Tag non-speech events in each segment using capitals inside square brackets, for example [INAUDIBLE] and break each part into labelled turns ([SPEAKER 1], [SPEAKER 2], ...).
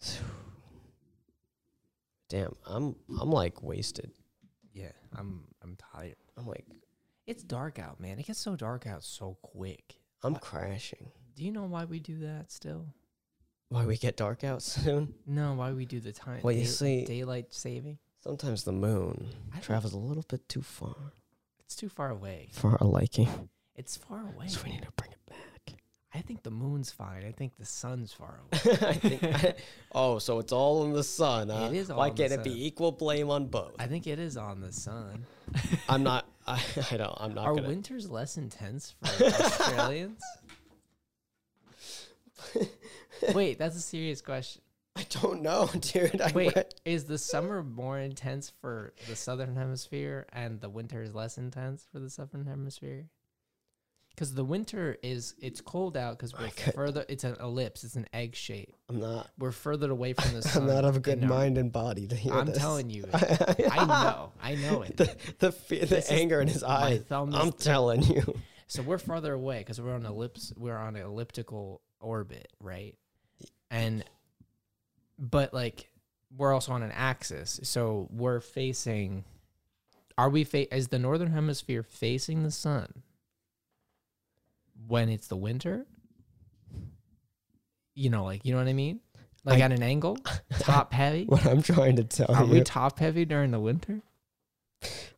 [SPEAKER 1] [SIGHS] Damn, I'm I'm like wasted.
[SPEAKER 2] Yeah, I'm I'm tired.
[SPEAKER 1] I'm like
[SPEAKER 2] It's dark out, man. It gets so dark out so quick.
[SPEAKER 1] I'm crashing.
[SPEAKER 2] Do you know why we do that still?
[SPEAKER 1] Why we get dark out [LAUGHS] soon?
[SPEAKER 2] No, why we do the time
[SPEAKER 1] Well, you see-
[SPEAKER 2] daylight saving?
[SPEAKER 1] Sometimes the moon
[SPEAKER 2] I don't-
[SPEAKER 1] travels a little bit too far
[SPEAKER 2] It's too far away.
[SPEAKER 1] for our liking,
[SPEAKER 2] It's far away.
[SPEAKER 1] so we need to bring it back.
[SPEAKER 2] I think the moon's fine. I think the sun's far away.
[SPEAKER 1] [LAUGHS] I think. oh, so it's all in the sun. Huh?
[SPEAKER 2] It is all
[SPEAKER 1] Why
[SPEAKER 2] in the
[SPEAKER 1] can't it
[SPEAKER 2] sun.
[SPEAKER 1] be equal blame on both?
[SPEAKER 2] I think it is on the sun.
[SPEAKER 1] I'm not. [LAUGHS] I, I don't. I'm not
[SPEAKER 2] Are
[SPEAKER 1] gonna.
[SPEAKER 2] winters less intense for [LAUGHS] Australians? Wait, that's a serious question.
[SPEAKER 1] [LAUGHS] I don't know, [LAUGHS] dude. I
[SPEAKER 2] Wait,
[SPEAKER 1] read-
[SPEAKER 2] is the summer more intense for the southern hemisphere and the winter is less intense for the southern hemisphere? Because the winter is it's cold out because we're
[SPEAKER 1] I could-
[SPEAKER 2] further. It's an ellipse. It's an egg shape.
[SPEAKER 1] I'm not.
[SPEAKER 2] We're further away from the
[SPEAKER 1] [LAUGHS]
[SPEAKER 2] sun.
[SPEAKER 1] I'm not of a good
[SPEAKER 2] in our-
[SPEAKER 1] mind and body to hear
[SPEAKER 2] I'm
[SPEAKER 1] this.
[SPEAKER 2] telling you, I know. I know
[SPEAKER 1] [LAUGHS]
[SPEAKER 2] it.
[SPEAKER 1] the the, fear, the
[SPEAKER 2] This is-
[SPEAKER 1] anger in his eyes.
[SPEAKER 2] thumb is-
[SPEAKER 1] I'm telling you.
[SPEAKER 2] So we're farther away because we're on ellipse. We're on an elliptical orbit, right? And but like we're also on an axis, so we're facing. Are we? Fa- is the northern hemisphere facing the sun when it's the winter? You know, like you know what I mean, like
[SPEAKER 1] I-
[SPEAKER 2] at an angle,
[SPEAKER 1] [LAUGHS]
[SPEAKER 2] top heavy.
[SPEAKER 1] What I'm trying to tell
[SPEAKER 2] Are
[SPEAKER 1] you.
[SPEAKER 2] we top heavy during the winter?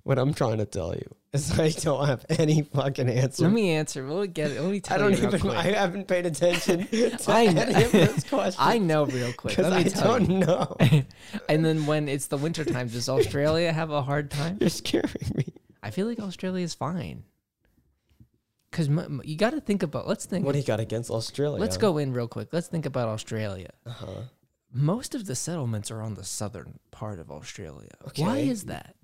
[SPEAKER 1] what I'm trying to tell you is I don't have any fucking answer.
[SPEAKER 2] Let me answer. We'll get it. Let me tell
[SPEAKER 1] I don't
[SPEAKER 2] you real
[SPEAKER 1] even.
[SPEAKER 2] quick.
[SPEAKER 1] I haven't paid
[SPEAKER 2] [LAUGHS]
[SPEAKER 1] attention to
[SPEAKER 2] I kn-
[SPEAKER 1] any of those questions.
[SPEAKER 2] I know real
[SPEAKER 1] [LAUGHS]
[SPEAKER 2] quick.
[SPEAKER 1] because
[SPEAKER 2] Let me
[SPEAKER 1] I
[SPEAKER 2] tell you.
[SPEAKER 1] don't
[SPEAKER 2] [LAUGHS]
[SPEAKER 1] know.
[SPEAKER 2] and then when it's the winter time, does Australia have a hard time?
[SPEAKER 1] You're scaring me.
[SPEAKER 2] I feel like Australia is fine. Cause mu- mu- you got to think about. Let's think.
[SPEAKER 1] What do you got against Australia?
[SPEAKER 2] let's go in real quick. Let's think about Australia.
[SPEAKER 1] Uh huh.
[SPEAKER 2] Most of the settlements are on the southern part of Australia. Why
[SPEAKER 1] Okay.
[SPEAKER 2] is that?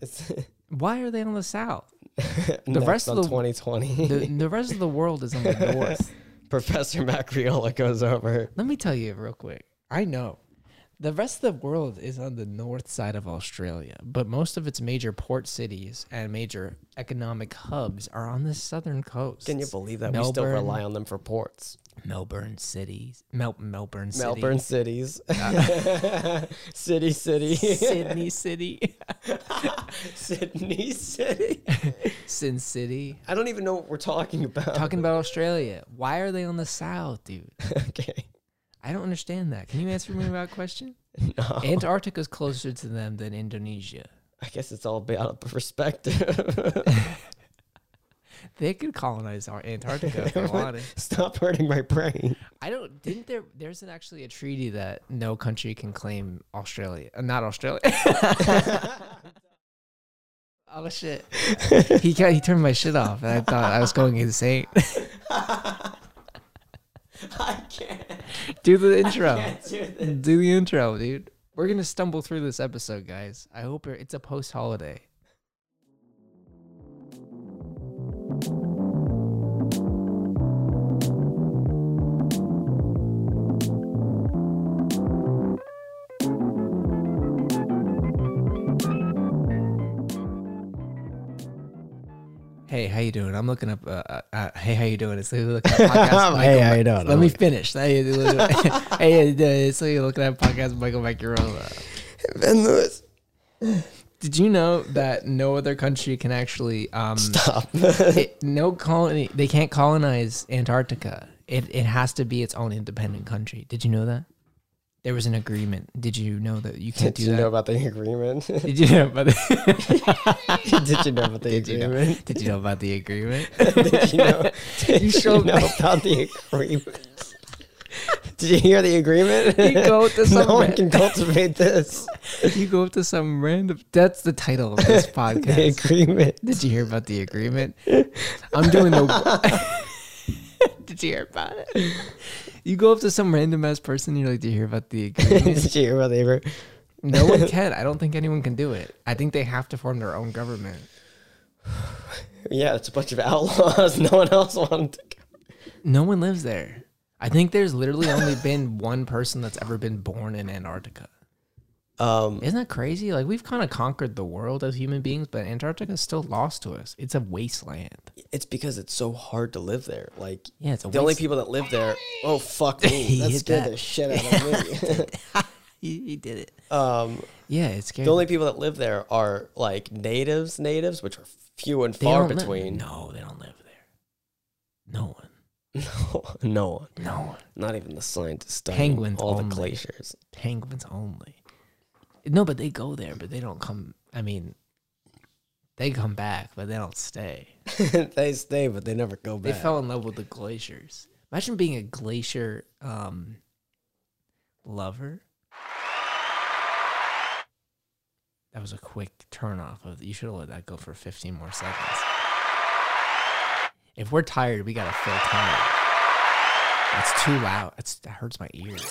[SPEAKER 1] It's [LAUGHS]
[SPEAKER 2] Why are they on the south?
[SPEAKER 1] the
[SPEAKER 2] rest of the-
[SPEAKER 1] 2020.
[SPEAKER 2] [LAUGHS] The, the rest of the world is on the north.
[SPEAKER 1] [LAUGHS] Professor Macriola goes over.
[SPEAKER 2] Let me tell you real quick. I know. The rest of the world is on the north side of Australia, but most of its major port cities and major economic hubs are on the southern coast.
[SPEAKER 1] Can you believe that we still
[SPEAKER 2] Melbourne.
[SPEAKER 1] rely on them for ports?
[SPEAKER 2] Melbourne cities? Mel- Melbourne City. [LAUGHS]
[SPEAKER 1] Melbourne cities, [LAUGHS] city, city,
[SPEAKER 2] Sydney City.
[SPEAKER 1] [LAUGHS] Sydney city.
[SPEAKER 2] Sin City.
[SPEAKER 1] I don't even know what we're talking about. [LAUGHS]
[SPEAKER 2] Talking about Australia. Why are they on the south, dude?
[SPEAKER 1] okay,
[SPEAKER 2] I don't understand that. Can you answer me
[SPEAKER 1] [LAUGHS]
[SPEAKER 2] that question?
[SPEAKER 1] no,
[SPEAKER 2] Antarctica's closer to them than Indonesia.
[SPEAKER 1] I guess it's all about perspective. [LAUGHS]
[SPEAKER 2] They could colonize our Antarctica
[SPEAKER 1] [LAUGHS]
[SPEAKER 2] if they wanted.
[SPEAKER 1] Stop hurting my brain.
[SPEAKER 2] I don't. Didn't there? There's an, actually a treaty that no country can claim Australia, uh, not Australia. [LAUGHS] oh shit! [LAUGHS] He got, he turned my shit off, and I thought I was going [LAUGHS] insane.
[SPEAKER 1] I can't
[SPEAKER 2] do the intro.
[SPEAKER 1] do this.
[SPEAKER 2] [LAUGHS] Do the intro, dude. We're gonna stumble through this episode, guys. I hope you're- it's a post-holiday. Hey, how you doing? I'm looking up. Uh, uh, uh, hey, how you doing? It's
[SPEAKER 1] [LAUGHS]
[SPEAKER 2] Lou looking up podcast.
[SPEAKER 1] Hey, how you doing?
[SPEAKER 2] Oh Let
[SPEAKER 1] I'm
[SPEAKER 2] me
[SPEAKER 1] looking- [LAUGHS]
[SPEAKER 2] finish. Hey, hey, uh, it's Lou looking at podcast. Michael Macarola.
[SPEAKER 1] Ben Lewis,
[SPEAKER 2] Did you know that no other country can actually um,
[SPEAKER 1] stop. [LAUGHS]
[SPEAKER 2] it, no colony? They can't colonize Antarctica. It it has to be its own independent country. Did you know that? There was an agreement. Did you know that you can't
[SPEAKER 1] Did
[SPEAKER 2] do
[SPEAKER 1] you
[SPEAKER 2] that?
[SPEAKER 1] know about the agreement? [LAUGHS]
[SPEAKER 2] Did you know about the,
[SPEAKER 1] Did you know about the
[SPEAKER 2] you know-
[SPEAKER 1] agreement?
[SPEAKER 2] [LAUGHS] did you know about the agreement? [LAUGHS]
[SPEAKER 1] Did you know? Did you,
[SPEAKER 2] showed
[SPEAKER 1] know about the agreement? Did you hear the agreement?
[SPEAKER 2] [LAUGHS] You go to
[SPEAKER 1] [LAUGHS]
[SPEAKER 2] some
[SPEAKER 1] no one
[SPEAKER 2] ra-
[SPEAKER 1] can cultivate
[SPEAKER 2] [LAUGHS]
[SPEAKER 1] this.
[SPEAKER 2] you go up to some random. That's the title
[SPEAKER 1] [LAUGHS]
[SPEAKER 2] of this
[SPEAKER 1] The
[SPEAKER 2] podcast.
[SPEAKER 1] agreement.
[SPEAKER 2] Did you hear about the agreement? [LAUGHS] I'm doing the. [LAUGHS] Did you hear about it? You go up to some random ass person. You're like, "Did you hear about the [LAUGHS]
[SPEAKER 1] [LAUGHS]
[SPEAKER 2] agreement?"
[SPEAKER 1] Did you hear about the agreement?
[SPEAKER 2] no one can. I don't think anyone can do it. I think they have to form their own government.
[SPEAKER 1] Yeah, it's a bunch of outlaws. [LAUGHS] No one else wanted to. go.
[SPEAKER 2] No one lives there. I think there's literally [LAUGHS] only been one person that's ever been born in Antarctica.
[SPEAKER 1] Um,
[SPEAKER 2] Isn't that crazy? Like we've kind of conquered the world as human beings, but Antarctica's still lost to us. It's a wasteland.
[SPEAKER 1] it's because it's so hard to live there. Like,
[SPEAKER 2] Yeah, it's a
[SPEAKER 1] the only
[SPEAKER 2] waste-
[SPEAKER 1] people that live there. Oh fuck me!
[SPEAKER 2] [LAUGHS] He
[SPEAKER 1] That
[SPEAKER 2] hit
[SPEAKER 1] scared
[SPEAKER 2] that. [LAUGHS]
[SPEAKER 1] the shit out of me. [LAUGHS]
[SPEAKER 2] he, he did it.
[SPEAKER 1] Um,
[SPEAKER 2] Yeah, it's scary.
[SPEAKER 1] the only people that live there are like natives, natives, which are few and
[SPEAKER 2] They
[SPEAKER 1] far
[SPEAKER 2] don't live-
[SPEAKER 1] between.
[SPEAKER 2] no, they don't live there. No one.
[SPEAKER 1] [LAUGHS] No, no one,
[SPEAKER 2] No one.
[SPEAKER 1] not even the scientists. studying
[SPEAKER 2] Penguins
[SPEAKER 1] all the
[SPEAKER 2] only.
[SPEAKER 1] glaciers. [LAUGHS]
[SPEAKER 2] Penguins only. No, but they go there, but they don't come. I mean, they come back, but they don't stay.
[SPEAKER 1] they stay, but they never go [LAUGHS]
[SPEAKER 2] They [LAUGHS]
[SPEAKER 1] back.
[SPEAKER 2] fell in love with the glaciers. Imagine being a glacier um, lover. That was a quick turnoff of. You should have let that go for 15 more seconds. If we're tired, we gotta fill time. That's too loud. That's, that hurts my ears.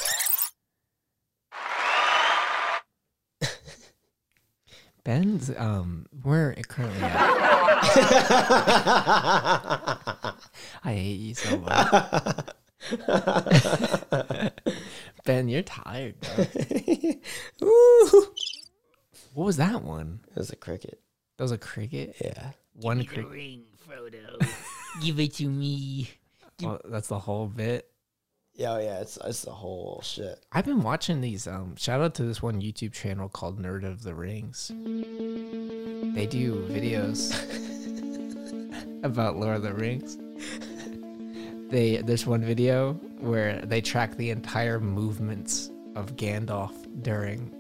[SPEAKER 2] [LAUGHS] Ben's um, we're currently at. I hate you so much. Ben, you're tired. Bro.
[SPEAKER 1] Ooh.
[SPEAKER 2] What was that one?
[SPEAKER 1] It was a cricket.
[SPEAKER 2] That was a cricket.
[SPEAKER 1] Yeah.
[SPEAKER 2] One cricket.
[SPEAKER 3] ring, Frodo. Give it to me.
[SPEAKER 2] [LAUGHS] Oh, that's the whole bit.
[SPEAKER 1] Yeah, oh, yeah. It's it's the whole shit.
[SPEAKER 2] I've been watching these. Um, shout out to this one YouTube channel called Nerd of the Rings. They do videos [LAUGHS] about Lord of the Rings. They there's one video where they track the entire movements of Gandalf during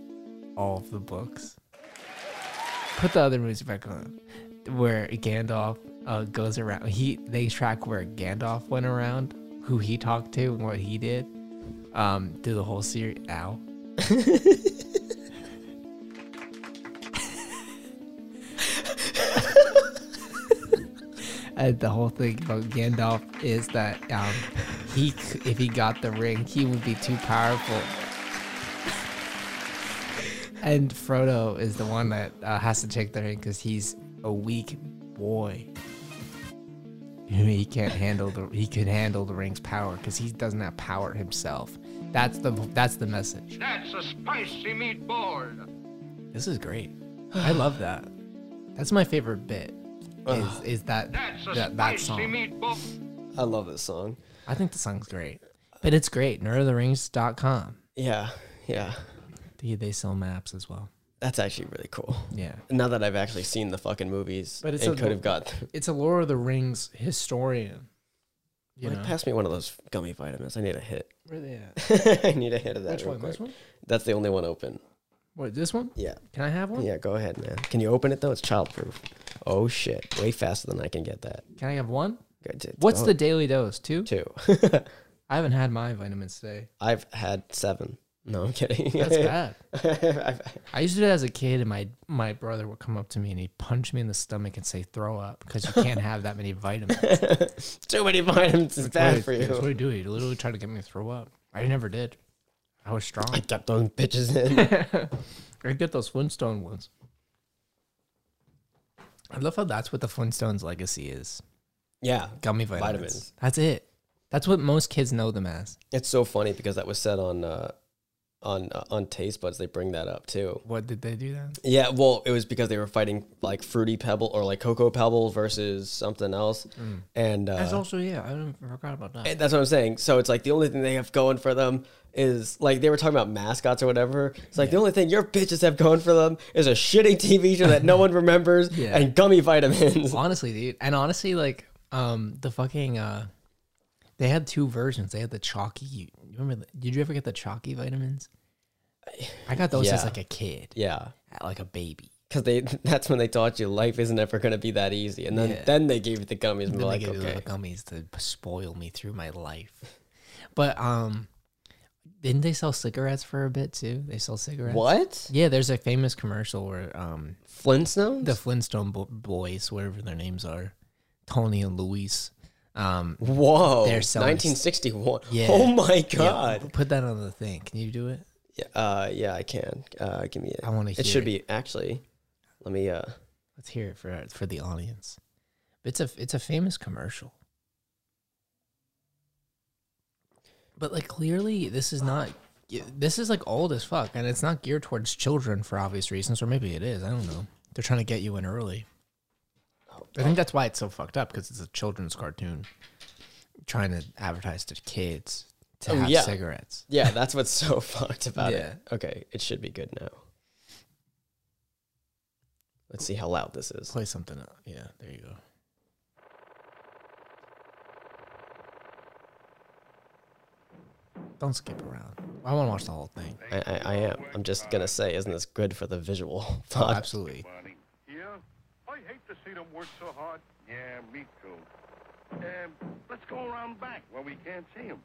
[SPEAKER 2] all of the books. Put the other movies back on, where Gandalf uh, goes around. He they track where Gandalf went around, who he talked to, and what he did um, do the whole series. Ow. and the whole thing about Gandalf is that um, he, c- if he got the ring, he would be too powerful. and Frodo is the one that uh, has to take the ring because he's a weak boy. [LAUGHS] He can't handle the he can handle the ring's power because he doesn't have power himself. That's the that's the message.
[SPEAKER 4] That's a spicy meatball.
[SPEAKER 2] This is great. I love that. That's my favorite bit. Is, is that
[SPEAKER 4] That's a
[SPEAKER 2] that, that
[SPEAKER 4] spicy
[SPEAKER 2] song?
[SPEAKER 4] meatball.
[SPEAKER 1] I love this song.
[SPEAKER 2] I think the song's great, but it's great. Nerdoftherings.com.
[SPEAKER 1] Yeah, yeah.
[SPEAKER 2] They they sell maps as well.
[SPEAKER 1] That's actually really cool.
[SPEAKER 2] Yeah,
[SPEAKER 1] Now that I've actually seen the fucking movies
[SPEAKER 2] But it's
[SPEAKER 1] and
[SPEAKER 2] a-
[SPEAKER 1] could have got,
[SPEAKER 2] it's a Lord of the Rings historian. You
[SPEAKER 1] like,
[SPEAKER 2] know,
[SPEAKER 1] pass me one of those gummy vitamins. I need a hit. [LAUGHS]
[SPEAKER 2] where they at?
[SPEAKER 1] I need a hit of that.
[SPEAKER 2] Which
[SPEAKER 1] real
[SPEAKER 2] one?
[SPEAKER 1] quick.
[SPEAKER 2] This one?
[SPEAKER 1] That's the only one open.
[SPEAKER 2] What this one?
[SPEAKER 1] Yeah,
[SPEAKER 2] Can I have one?
[SPEAKER 1] yeah. Go ahead, man. Can you open it though? It's childproof. Oh shit! Way faster than I can get that.
[SPEAKER 2] Can I have one?
[SPEAKER 1] Good, it's
[SPEAKER 2] What's the
[SPEAKER 1] going
[SPEAKER 2] daily dose? Two.
[SPEAKER 1] [LAUGHS] two?
[SPEAKER 2] I haven't had my
[SPEAKER 1] [LAUGHS]
[SPEAKER 2] vitamins today.
[SPEAKER 1] I've had seven. No, I'm kidding. [LAUGHS]
[SPEAKER 2] That's bad.
[SPEAKER 1] I've-
[SPEAKER 2] I used to do that as a kid, and my my brother would come up to me and he'd punch me in the stomach and say, "Throw up," because you can't have that many vitamins.
[SPEAKER 1] [LAUGHS]
[SPEAKER 2] It's
[SPEAKER 1] Too many vitamins is bad for
[SPEAKER 2] That's what
[SPEAKER 1] you.
[SPEAKER 2] he do. He literally tried to get me to throw up. I never did. I was strong.
[SPEAKER 1] I [LAUGHS] kept those bitches in. [LAUGHS]
[SPEAKER 2] I get those Flintstone ones. I love how that's what the Flintstones legacy is:
[SPEAKER 1] yeah,
[SPEAKER 2] gummy vitamins.
[SPEAKER 1] Vitamins.
[SPEAKER 2] That's it. That's what most kids know them as.
[SPEAKER 1] it's so funny because that was said on uh, on uh, on Taste Buds. They bring that up too.
[SPEAKER 2] What did they do then?
[SPEAKER 1] Yeah, well, it was because they were fighting like Fruity Pebble or like Cocoa Pebble versus something else, and uh,
[SPEAKER 2] That's also yeah. I didn't- I forgot about that.
[SPEAKER 1] And that's what I'm saying. So it's like the only thing they have going for them is like they were talking about mascots or whatever. It's like the only thing your bitches have going for them is a shitty TV show [LAUGHS] that no one remembers
[SPEAKER 2] Yeah.
[SPEAKER 1] and gummy vitamins.
[SPEAKER 2] honestly dude and honestly like um the fucking uh they had two versions they had the chalky you remember the, did you ever get the chalky vitamins i got those as
[SPEAKER 1] Yeah.
[SPEAKER 2] like a kid
[SPEAKER 1] [LAUGHS] Yeah,
[SPEAKER 2] like a baby
[SPEAKER 1] because they [LAUGHS] that's when they taught you life isn't ever going to be that easy, and then
[SPEAKER 2] Yeah.
[SPEAKER 1] then they gave you the gummies and
[SPEAKER 2] then
[SPEAKER 1] were like,
[SPEAKER 2] they gave me
[SPEAKER 1] okay,
[SPEAKER 2] little gummies to spoil me through my life but um didn't they sell cigarettes for a bit too they sell cigarettes
[SPEAKER 1] what
[SPEAKER 2] yeah there's a famous commercial where um
[SPEAKER 1] Flintstones?
[SPEAKER 2] the flintstone bo- boys whatever their names are tony and luis um
[SPEAKER 1] Whoa,
[SPEAKER 2] They're selling-
[SPEAKER 1] 1961.
[SPEAKER 2] Yeah.
[SPEAKER 1] Oh my
[SPEAKER 2] yeah,
[SPEAKER 1] god.
[SPEAKER 2] put that on the thing can you do it
[SPEAKER 1] Yeah, uh, yeah I can. Uh, give me it.
[SPEAKER 2] I wanna
[SPEAKER 1] It
[SPEAKER 2] hear
[SPEAKER 1] should be actually. Let me. Uh,
[SPEAKER 2] Let's hear it for for the audience. It's a it's a famous commercial. But like clearly this is not this is like old as fuck and it's not geared towards children for obvious reasons or maybe it is, I don't know. They're trying to get you in early. I think that's why it's so fucked up cuz it's a children's cartoon trying to advertise to kids to
[SPEAKER 1] Oh,
[SPEAKER 2] have
[SPEAKER 1] yeah.
[SPEAKER 2] cigarettes.
[SPEAKER 1] Yeah, that's what's so [LAUGHS] fucked about it.
[SPEAKER 2] Yeah.
[SPEAKER 1] Okay, it should be good now. Let's see how loud this is.
[SPEAKER 2] Play something. Up. Yeah, there you go. Don't skip around. I want to watch the whole thing.
[SPEAKER 1] I, I, I am. I'm just gonna say, isn't this good for the visual? [LAUGHS]
[SPEAKER 2] Oh,
[SPEAKER 1] Pod?
[SPEAKER 2] absolutely.
[SPEAKER 4] Yeah, I hate to see them work so hard. Yeah, me too. Um, let's go around back where we can't see them.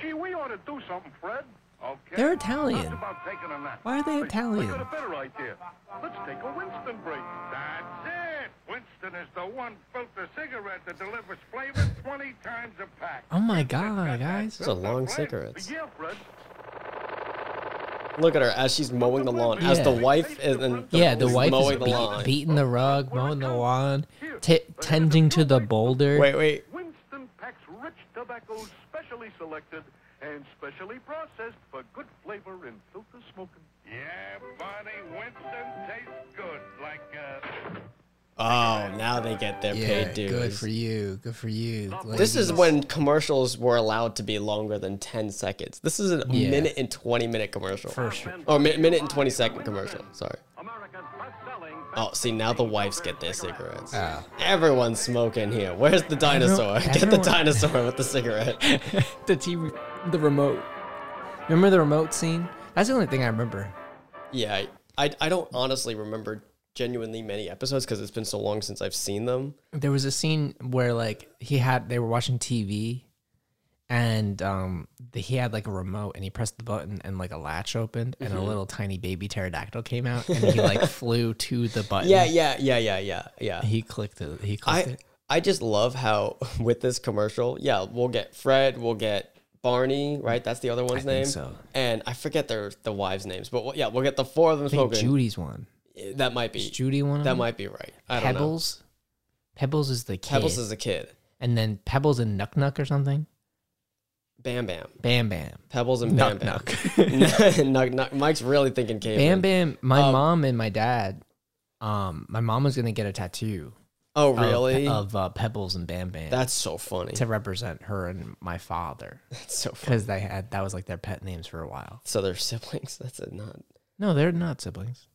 [SPEAKER 4] Gee, we ought to do something, Fred. Okay.
[SPEAKER 2] They're Italian.
[SPEAKER 4] Just about taking a nap.
[SPEAKER 2] Why are they
[SPEAKER 4] Hey,
[SPEAKER 2] Italian?
[SPEAKER 4] I got a better idea. Let's take a Winston break. That's it. Winston is the one filter cigarette that delivers flavor 20 times a pack.
[SPEAKER 2] Oh my god, guys!
[SPEAKER 1] Those are long cigarettes.
[SPEAKER 4] Yeah, Fred.
[SPEAKER 1] Look at her as she's mowing the lawn, as the
[SPEAKER 2] Yeah.
[SPEAKER 1] wife is, and
[SPEAKER 2] Yeah, the
[SPEAKER 1] is
[SPEAKER 2] wife is
[SPEAKER 1] mowing the
[SPEAKER 2] beat-
[SPEAKER 1] lawn.
[SPEAKER 2] beating the rug, mowing the lawn, t- tending to the boulder.
[SPEAKER 1] Wait, wait.
[SPEAKER 4] Winston packs rich tobaccos specially selected and specially processed for good flavor in filter smoking. Yeah, Bonnie, Winston tastes good like uh, a...
[SPEAKER 1] Oh, now they get their
[SPEAKER 2] Yeah,
[SPEAKER 1] paid
[SPEAKER 2] good
[SPEAKER 1] dues.
[SPEAKER 2] for you. Good for you.
[SPEAKER 1] This
[SPEAKER 2] [LAUGHS]
[SPEAKER 1] is
[SPEAKER 2] ladies.
[SPEAKER 1] when commercials were allowed to be longer than 10 seconds. This is a
[SPEAKER 2] Yeah.
[SPEAKER 1] minute and 20 minute commercial.
[SPEAKER 2] For sure.
[SPEAKER 1] Or mi- minute and 20 second commercial. Sorry.
[SPEAKER 4] America's best-selling...
[SPEAKER 1] Oh, see, now the wives get their cigarettes.
[SPEAKER 2] Ah.
[SPEAKER 1] Everyone's smoking here. Where's the dinosaur? [LAUGHS] Get the
[SPEAKER 2] everyone-
[SPEAKER 1] dinosaur with the cigarette. [LAUGHS]
[SPEAKER 2] the TV, the remote. Remember the remote scene? That's the only thing I remember.
[SPEAKER 1] yeah, I- I, I don't honestly remember genuinely many episodes because it's been so long since I've seen them.
[SPEAKER 2] There was a scene where like he had they were watching TV, and um the, he had like a remote and he pressed the button and like a latch opened and
[SPEAKER 1] Mm-hmm.
[SPEAKER 2] a little tiny baby pterodactyl came out and
[SPEAKER 1] [LAUGHS]
[SPEAKER 2] he like flew to the button.
[SPEAKER 1] Yeah, yeah, yeah, yeah, yeah, yeah.
[SPEAKER 2] He clicked it. He clicked
[SPEAKER 1] I
[SPEAKER 2] it.
[SPEAKER 1] I just love how [LAUGHS] with this commercial, yeah, we'll get Fred, we'll get Barney, right? That's the other one's name.
[SPEAKER 2] think so.
[SPEAKER 1] And I forget their the wives' names, but well, yeah, we'll get the four of them
[SPEAKER 2] I think
[SPEAKER 1] smoking.
[SPEAKER 2] Judy's one.
[SPEAKER 1] That might be
[SPEAKER 2] Is Judy one? of
[SPEAKER 1] that
[SPEAKER 2] them?
[SPEAKER 1] might be right. I don't know.
[SPEAKER 2] Pebbles. Pebbles is the kid.
[SPEAKER 1] Pebbles is a kid.
[SPEAKER 2] and then Pebbles and Nuck Nuck or something.
[SPEAKER 1] Bam Bam.
[SPEAKER 2] Bam Bam.
[SPEAKER 1] Pebbles and Bam
[SPEAKER 2] Nuck
[SPEAKER 1] Bam.
[SPEAKER 2] Nuck.
[SPEAKER 1] [LAUGHS] Nuck, nuck. Mike's really thinking caveman.
[SPEAKER 2] Bam Bam. My
[SPEAKER 1] Um,
[SPEAKER 2] mom and my dad. Um, my mom was gonna get a tattoo.
[SPEAKER 1] Oh,
[SPEAKER 2] of-
[SPEAKER 1] really?
[SPEAKER 2] Of, uh, Pebbles and Bam Bam.
[SPEAKER 1] That's so funny.
[SPEAKER 2] to represent her and my father
[SPEAKER 1] That's so funny.
[SPEAKER 2] because they had that was like their pet names for a while.
[SPEAKER 1] So they're siblings. That's a not.
[SPEAKER 2] No, they're not siblings.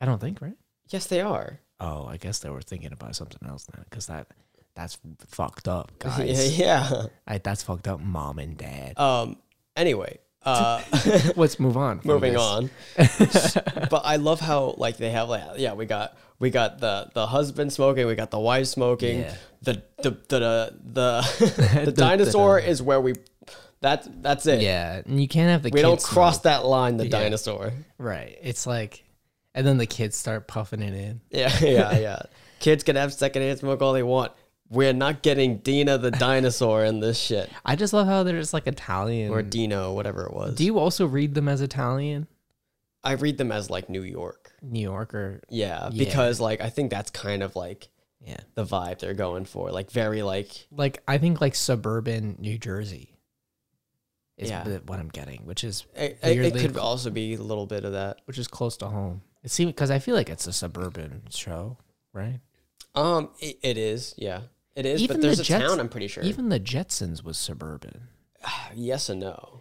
[SPEAKER 2] I don't think, right?
[SPEAKER 1] Yes, they are.
[SPEAKER 2] Oh, I guess they were thinking about something else now because that that's fucked [LAUGHS] up,
[SPEAKER 1] Yeah, [LAUGHS]
[SPEAKER 2] guys.
[SPEAKER 1] yeah.
[SPEAKER 2] I, that's fucked up, mom and dad.
[SPEAKER 1] Um. Anyway. Uh.
[SPEAKER 2] [LAUGHS] Let's move on. from
[SPEAKER 1] moving
[SPEAKER 2] this.
[SPEAKER 1] on.
[SPEAKER 2] [LAUGHS]
[SPEAKER 1] but I love how like they have like yeah we got we got the the husband smoking we got the wife smoking
[SPEAKER 2] Yeah.
[SPEAKER 1] the the the [LAUGHS] the, the
[SPEAKER 2] [LAUGHS] The-
[SPEAKER 1] dinosaur is where we that's that's it
[SPEAKER 2] Yeah, and you can't have the
[SPEAKER 1] we
[SPEAKER 2] kids
[SPEAKER 1] don't cross
[SPEAKER 2] smoke.
[SPEAKER 1] that line the
[SPEAKER 2] Yeah.
[SPEAKER 1] dinosaur
[SPEAKER 2] right. It's like, and then the kids start puffing it in.
[SPEAKER 1] yeah [LAUGHS] yeah yeah kids can have secondhand smoke all they want we're not getting Dina the dinosaur in this shit
[SPEAKER 2] I just love how there's like Italian.
[SPEAKER 1] or Dino whatever it was
[SPEAKER 2] Mm. Do you also read them as Italian?
[SPEAKER 1] I read them as like New York
[SPEAKER 2] New Yorker.
[SPEAKER 1] yeah,
[SPEAKER 2] Yeah.
[SPEAKER 1] because like I think that's kind of like
[SPEAKER 2] Yeah.
[SPEAKER 1] the vibe they're going for like very like
[SPEAKER 2] Like, I think like suburban New Jersey is
[SPEAKER 1] Yeah.
[SPEAKER 2] the- what I'm getting, which is
[SPEAKER 1] It, it- it
[SPEAKER 2] weirdly-
[SPEAKER 1] could also be a little bit of that.
[SPEAKER 2] which is close to home. It seems because I feel like it's a suburban show, right?
[SPEAKER 1] Um, it, it is, yeah, it is.
[SPEAKER 2] Even
[SPEAKER 1] but there's
[SPEAKER 2] the
[SPEAKER 1] a
[SPEAKER 2] Jets-
[SPEAKER 1] town, I'm pretty sure.
[SPEAKER 2] Even the Jetsons was suburban.
[SPEAKER 1] yes and no,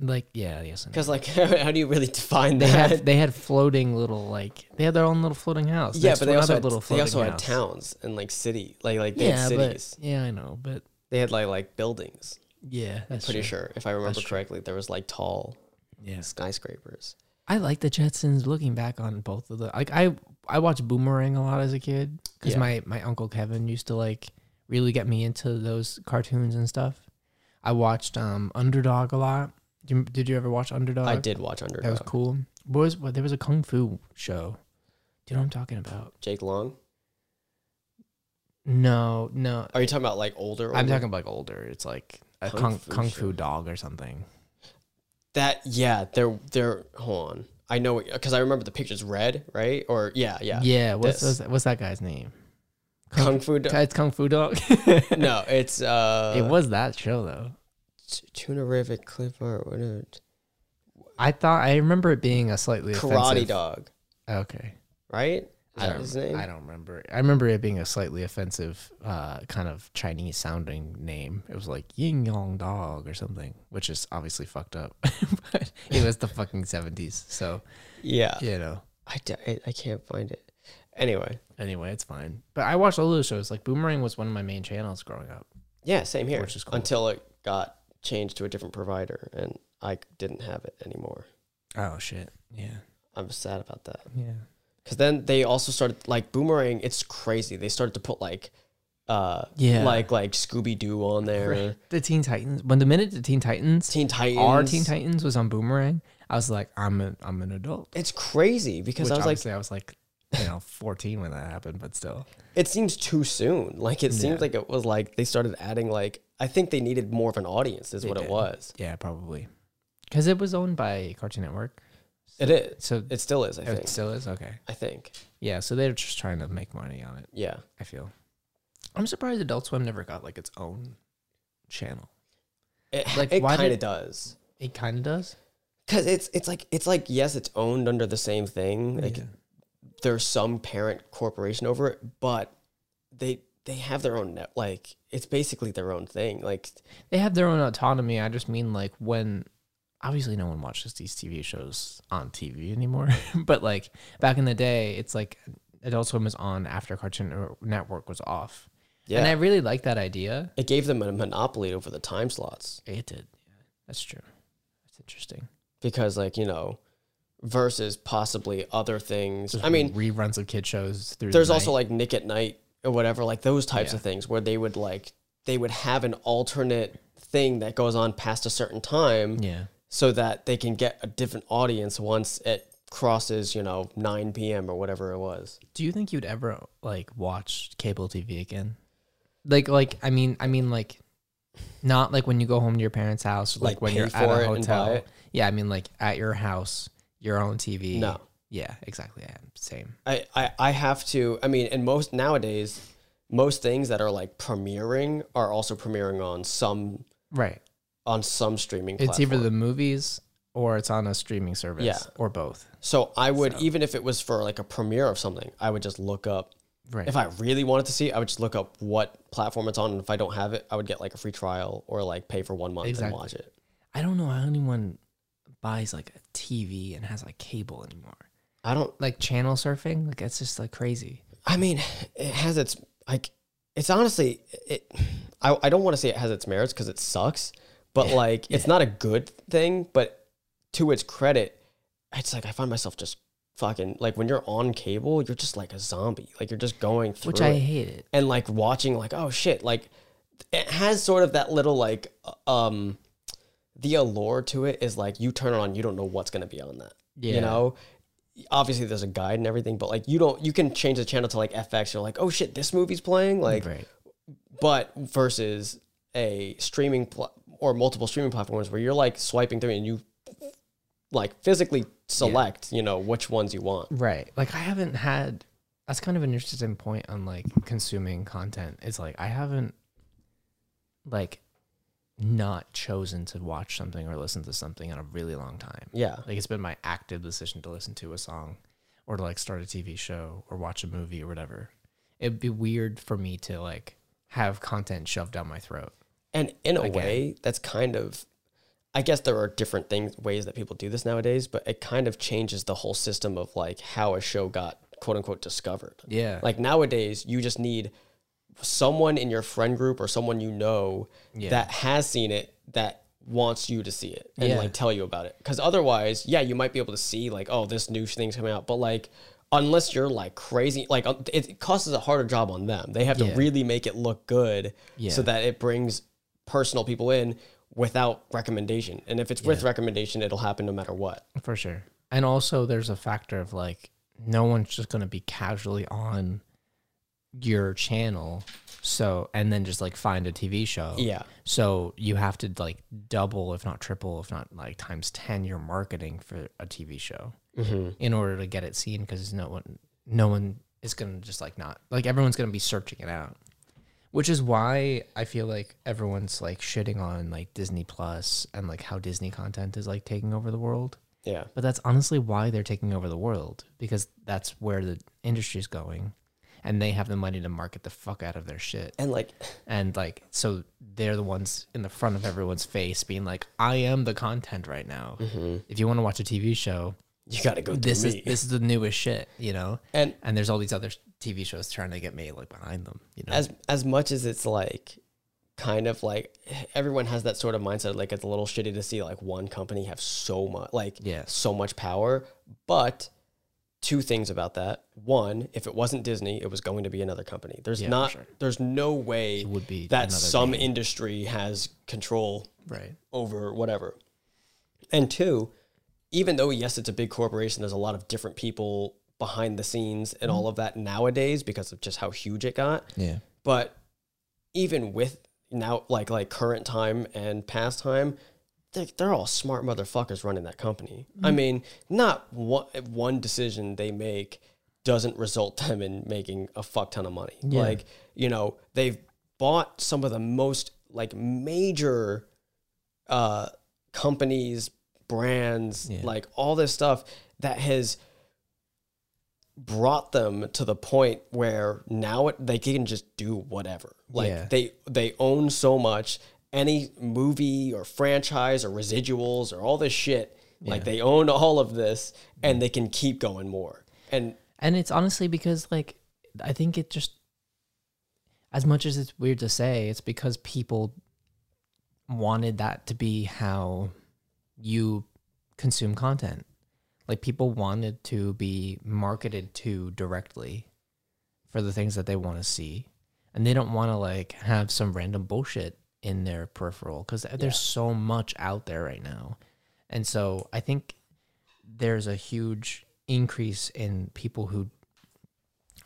[SPEAKER 2] Like, yeah,
[SPEAKER 1] [LAUGHS]
[SPEAKER 2] yes. and no.
[SPEAKER 1] because like, how do you really define
[SPEAKER 2] They
[SPEAKER 1] that?
[SPEAKER 2] had they had floating little like they had their own little floating house.
[SPEAKER 1] [LAUGHS] yeah,
[SPEAKER 2] next
[SPEAKER 1] but
[SPEAKER 2] to
[SPEAKER 1] they also
[SPEAKER 2] another
[SPEAKER 1] had, they
[SPEAKER 2] floating
[SPEAKER 1] also had
[SPEAKER 2] house.
[SPEAKER 1] towns and like city, like like they had
[SPEAKER 2] Yeah,
[SPEAKER 1] cities.
[SPEAKER 2] but yeah, I know, but
[SPEAKER 1] They had like like buildings.
[SPEAKER 2] yeah, that's
[SPEAKER 1] Pretty
[SPEAKER 2] true.
[SPEAKER 1] sure, if I remember correctly, there was like tall
[SPEAKER 2] Yeah,
[SPEAKER 1] skyscrapers.
[SPEAKER 2] I like the Jetsons. Looking back on both of the like, I I watched Boomerang a lot as a kid because
[SPEAKER 1] Yeah.
[SPEAKER 2] my my uncle Kevin used to like really get me into those cartoons and stuff. I watched um Underdog a lot. Did you, did you ever watch Underdog?
[SPEAKER 1] I did watch Underdog.
[SPEAKER 2] Uh, That was cool. What was what, there was a kung fu show. Do you know what I'm talking about?
[SPEAKER 1] Jake Long.
[SPEAKER 2] No, no.
[SPEAKER 1] Are you talking about like older?
[SPEAKER 2] I'm
[SPEAKER 1] older?
[SPEAKER 2] talking about like older. It's like a
[SPEAKER 1] Kung
[SPEAKER 2] kung kung
[SPEAKER 1] fu
[SPEAKER 2] fu,
[SPEAKER 1] show.
[SPEAKER 2] dog or something.
[SPEAKER 1] that. Yeah, they're they're. Hold on, I know because I remember the pictures red, right? Or yeah, yeah,
[SPEAKER 2] Yeah. What's
[SPEAKER 1] this.
[SPEAKER 2] those- what's that guy's name?
[SPEAKER 1] Kung Fu. Do-
[SPEAKER 2] It's Kung Fu Dog. [LAUGHS]
[SPEAKER 1] no, it's uh,
[SPEAKER 2] it was that show though.
[SPEAKER 1] t- tuna rivet clip art whatever
[SPEAKER 2] I thought I remember it being a slightly
[SPEAKER 1] karate
[SPEAKER 2] offensive-
[SPEAKER 1] dog
[SPEAKER 2] Okay,
[SPEAKER 1] right Is that
[SPEAKER 2] I,
[SPEAKER 1] his
[SPEAKER 2] don't-
[SPEAKER 1] name?
[SPEAKER 2] I don't remember. I remember it being a slightly offensive, uh, kind of Chinese sounding name. It was like Ying Yong Dog or something, which is obviously fucked up. [LAUGHS] but it was the fucking seventies, so
[SPEAKER 1] Yeah,
[SPEAKER 2] you know.
[SPEAKER 1] I, d- I I can't find it. Anyway,
[SPEAKER 2] Anyway, it's fine. But I watched all those shows. Like Boomerang was one of my main channels growing up.
[SPEAKER 1] yeah, same here.
[SPEAKER 2] Which is cool.
[SPEAKER 1] Until it got changed to a different provider, and I didn't have it anymore.
[SPEAKER 2] Oh shit! Yeah,
[SPEAKER 1] I'm sad about that.
[SPEAKER 2] yeah.
[SPEAKER 1] Because then they also started like Boomerang. It's crazy. They started to put like, uh,
[SPEAKER 2] Yeah.
[SPEAKER 1] like like Scooby Doo on there,
[SPEAKER 2] The Teen Titans. When the minute the Teen Titans,
[SPEAKER 1] Teen Titans.
[SPEAKER 2] our Teen Titans was on Boomerang, I was like, I'm an I'm an adult.
[SPEAKER 1] It's crazy because
[SPEAKER 2] Which
[SPEAKER 1] I was like,
[SPEAKER 2] obviously I was like, you know, [LAUGHS] 14 when that happened, but still.
[SPEAKER 1] it seems too soon. Like it seems like it was like they started adding like I think they needed more of an audience is what it
[SPEAKER 2] did.
[SPEAKER 1] was.
[SPEAKER 2] Yeah, probably. Because it was owned by Cartoon Network.
[SPEAKER 1] It is.
[SPEAKER 2] So Oh,
[SPEAKER 1] It still is. I
[SPEAKER 2] it
[SPEAKER 1] think.
[SPEAKER 2] still is? Okay.
[SPEAKER 1] I think.
[SPEAKER 2] Yeah, so they're just trying to make money on it,
[SPEAKER 1] Yeah.
[SPEAKER 2] I feel. I'm surprised Adult Swim never got like its own channel.
[SPEAKER 1] It,
[SPEAKER 2] Like,
[SPEAKER 1] it
[SPEAKER 2] why
[SPEAKER 1] kind of
[SPEAKER 2] did-
[SPEAKER 1] does.
[SPEAKER 2] It kind of does.
[SPEAKER 1] Cause it's it's like it's like yes, it's owned under the same thing. Like there's some parent corporation over it, but they they have their own net. Like it's basically their own thing. Like
[SPEAKER 2] They have their own autonomy. I just mean like when obviously no one watches these TV shows on TV anymore, [LAUGHS] but like back in the day, it's like Adult Swim was on after Cartoon Network was off.
[SPEAKER 1] yeah,
[SPEAKER 2] And I really like that idea.
[SPEAKER 1] it gave them a monopoly over the time slots
[SPEAKER 2] It did. Yeah, that's true. That's interesting.
[SPEAKER 1] because like you know, versus possibly other things.
[SPEAKER 2] Just
[SPEAKER 1] I mean,
[SPEAKER 2] reruns of kid shows through.
[SPEAKER 1] there's
[SPEAKER 2] the
[SPEAKER 1] also
[SPEAKER 2] night.
[SPEAKER 1] like Nick at Night or whatever, like those types
[SPEAKER 2] Yeah.
[SPEAKER 1] of things where they would like they would have an alternate thing that goes on past a certain time
[SPEAKER 2] yeah,
[SPEAKER 1] so that they can get a different audience once it crosses, you know, 9 p.m. or whatever it was.
[SPEAKER 2] Do you think you'd ever like watch cable TV again? Like, like I mean, I mean, like, not like when you go home to your parents' house, like,
[SPEAKER 1] Like,
[SPEAKER 2] when
[SPEAKER 1] pay
[SPEAKER 2] you're
[SPEAKER 1] for
[SPEAKER 2] at
[SPEAKER 1] it
[SPEAKER 2] a
[SPEAKER 1] and buy
[SPEAKER 2] hotel.
[SPEAKER 1] it?
[SPEAKER 2] Yeah, I mean, like at your house, your own TV.
[SPEAKER 1] No.
[SPEAKER 2] Yeah, exactly. Yeah, same.
[SPEAKER 1] I, I, I have to, I mean, and most nowadays, most things that are like premiering are also premiering on some
[SPEAKER 2] Right.
[SPEAKER 1] on some streaming
[SPEAKER 2] It's
[SPEAKER 1] platform.
[SPEAKER 2] either the movies or it's on a streaming service.
[SPEAKER 1] Yeah.
[SPEAKER 2] Or both.
[SPEAKER 1] so I would even if it was for like a premiere of something, I would just look up
[SPEAKER 2] Right.
[SPEAKER 1] if I really wanted to see, it, I would just look up what platform it's on, and if I don't have it, I would get like a free trial or like pay for one month
[SPEAKER 2] Exactly.
[SPEAKER 1] and watch it.
[SPEAKER 2] I don't know how anyone buys like a TV and has like cable anymore.
[SPEAKER 1] I don't.
[SPEAKER 2] Like channel surfing, like that's just like crazy.
[SPEAKER 1] I mean, it has its like. It's honestly, it. I I don't want to say it has its merits because it sucks, but like it's not a good thing. But to its credit, it's like I find myself just fucking like when you're on cable, you're just like a zombie. Like you're just going through.
[SPEAKER 2] Which I
[SPEAKER 1] it.
[SPEAKER 2] hate it.
[SPEAKER 1] and like watching like oh shit like it has sort of that little like um the allure to it is like you turn it on you don't know what's going to be on that
[SPEAKER 2] Yeah.
[SPEAKER 1] you know obviously there's a guide and everything but like you don't you can change the channel to like fx you're like oh shit this movie's playing like
[SPEAKER 2] right.
[SPEAKER 1] but versus a streaming pl- or multiple streaming platforms where you're like swiping through and you like physically select you know which ones you want
[SPEAKER 2] Right. Like I haven't had that's kind of an interesting point on like consuming content. It's like I haven't like not chosen to watch something or listen to something in a really long time.
[SPEAKER 1] yeah
[SPEAKER 2] Like it's been my active decision to listen to a song or to like start a TV show or watch a movie or whatever. It'd be weird for me to like have content shoved down my throat.
[SPEAKER 1] And in a
[SPEAKER 2] Again.
[SPEAKER 1] way, that's kind of, I guess there are different things, ways that people do this nowadays, but it kind of changes the whole system of like how a show got quote unquote discovered.
[SPEAKER 2] Yeah.
[SPEAKER 1] Like nowadays, you just need someone in your friend group or someone you know
[SPEAKER 2] Yeah.
[SPEAKER 1] that has seen it that wants you to see it and
[SPEAKER 2] Yeah.
[SPEAKER 1] like tell you about it. Because otherwise, yeah, you might be able to see like, oh, this new thing's coming out, but like, unless you're like crazy, like uh, it costs a harder job on them. They have to
[SPEAKER 2] Yeah.
[SPEAKER 1] really make it look good
[SPEAKER 2] Yeah.
[SPEAKER 1] so that it brings personal people in without recommendation. And if it's with recommendation, it'll happen no matter what.
[SPEAKER 2] For sure. And also there's a factor of like no one's just gonna be casually on your channel so and then just like find a TV show.
[SPEAKER 1] Yeah.
[SPEAKER 2] So you have to like double, if not triple, if not like times ten your marketing for a TV show in order to get it seen because no one no one is gonna just like not like everyone's gonna be searching it out. Which is why I feel like everyone's like shitting on like Disney Plus and like how Disney content is like taking over the world
[SPEAKER 1] Yeah.
[SPEAKER 2] But that's honestly why they're taking over the world because that's where the industry's going and they have the money to market the fuck out of their shit.
[SPEAKER 1] And like, [LAUGHS]
[SPEAKER 2] And like so they're the ones in the front of everyone's face being like I am the content right now. If you want to watch a TV show,
[SPEAKER 1] you got to go.
[SPEAKER 2] this
[SPEAKER 1] through
[SPEAKER 2] is
[SPEAKER 1] Mm-hmm. me.
[SPEAKER 2] this is the newest shit, you know?
[SPEAKER 1] And
[SPEAKER 2] And there's all these other TV shows trying to get made like behind them, you know.
[SPEAKER 1] as as much as it's like kind of like everyone has that sort of mindset like it's a little shitty to see like one company have so much like
[SPEAKER 2] Yeah.
[SPEAKER 1] so much power but two things about that one if it wasn't disney it was going to be another company there's
[SPEAKER 2] Yeah, for
[SPEAKER 1] not
[SPEAKER 2] sure.
[SPEAKER 1] there's no way
[SPEAKER 2] It would be
[SPEAKER 1] that
[SPEAKER 2] another
[SPEAKER 1] some
[SPEAKER 2] game.
[SPEAKER 1] industry has control
[SPEAKER 2] right.
[SPEAKER 1] over whatever. And two, even though yes, it's a big corporation, there's a lot of different people behind the scenes and all of that nowadays because of just how huge it got.
[SPEAKER 2] Yeah.
[SPEAKER 1] But even with now, like like current time and past time, they're, they're all smart motherfuckers running that company. I mean, not one one decision they make doesn't result [LAUGHS] them in making a fuck ton of money.
[SPEAKER 2] Yeah.
[SPEAKER 1] Like you know, they've bought some of the most like major uh, companies, brands,
[SPEAKER 2] Yeah.
[SPEAKER 1] like all this stuff that has brought them to the point where now it, they can just do whatever. Like
[SPEAKER 2] Yeah.
[SPEAKER 1] they they own so much. Any movie or franchise or residuals or all this shit, like
[SPEAKER 2] Yeah. Mm.
[SPEAKER 1] they own all of this, and they can keep going more. And
[SPEAKER 2] And it's honestly because like I think it just as much as it's weird to say, it's because people wanted that to be how you consume content. Like people wanted to be marketed to directly for the things that they want to see. And they don't want to like have some random bullshit in their peripheral cuz there's so much out there right now. And so I think there's a huge increase in people who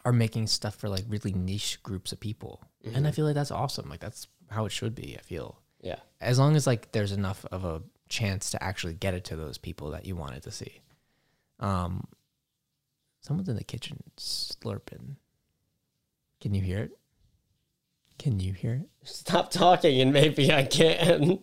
[SPEAKER 2] are making stuff for like really niche groups of people.
[SPEAKER 1] Mm-hmm.
[SPEAKER 2] And I feel like that's awesome. Like that's how it should be, I feel.
[SPEAKER 1] yeah,
[SPEAKER 2] As long as like there's enough of a chance to actually get it to those people that you wanted to see. Um someone's in the kitchen slurping. Can you hear it? Can you hear it?
[SPEAKER 1] stop talking, and maybe I can.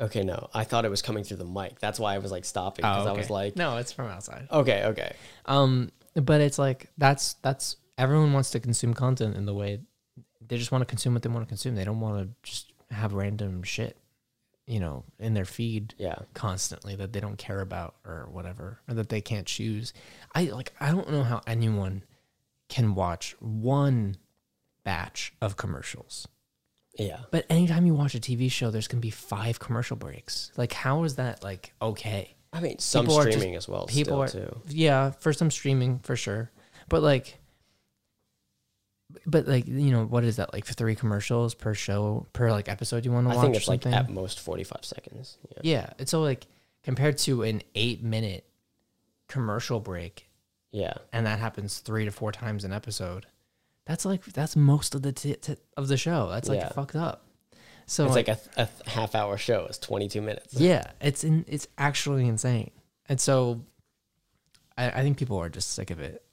[SPEAKER 1] okay, no, I thought it was coming through the mic. That's why I was like stopping because
[SPEAKER 2] Oh,
[SPEAKER 1] I was like,
[SPEAKER 2] No, it's from outside.
[SPEAKER 1] okay, okay,
[SPEAKER 2] Um, but it's like that's that's everyone wants to consume content in the way they just want to consume what they want to consume. They don't want to just have random shit, you know, in their feed
[SPEAKER 1] yeah.
[SPEAKER 2] constantly that they don't care about or whatever or that they can't choose. I like I don't know how anyone can watch one batch of commercials.
[SPEAKER 1] Yeah.
[SPEAKER 2] But anytime you watch a TV show, there's gonna be five commercial breaks. Like, how is that like okay?
[SPEAKER 1] I mean, some
[SPEAKER 2] People are just-
[SPEAKER 1] streaming as well.
[SPEAKER 2] people
[SPEAKER 1] People
[SPEAKER 2] are
[SPEAKER 1] still, too.
[SPEAKER 2] yeah for some streaming for sure but like but like you know what is that like three commercials per show per like episode you want to watch
[SPEAKER 1] I think it's
[SPEAKER 2] or something
[SPEAKER 1] like at most forty-five seconds. Yeah.
[SPEAKER 2] yeah it's so like compared to an eight minute commercial break
[SPEAKER 1] Yeah.
[SPEAKER 2] and that happens three to four times an episode that's like that's most of the t- t- of the show that's like
[SPEAKER 1] Yeah.
[SPEAKER 2] fucked up so
[SPEAKER 1] It's
[SPEAKER 2] like,
[SPEAKER 1] like a, a half-hour show. It's twenty-two minutes.
[SPEAKER 2] yeah it's in it's actually insane and so I, I think people are just sick of it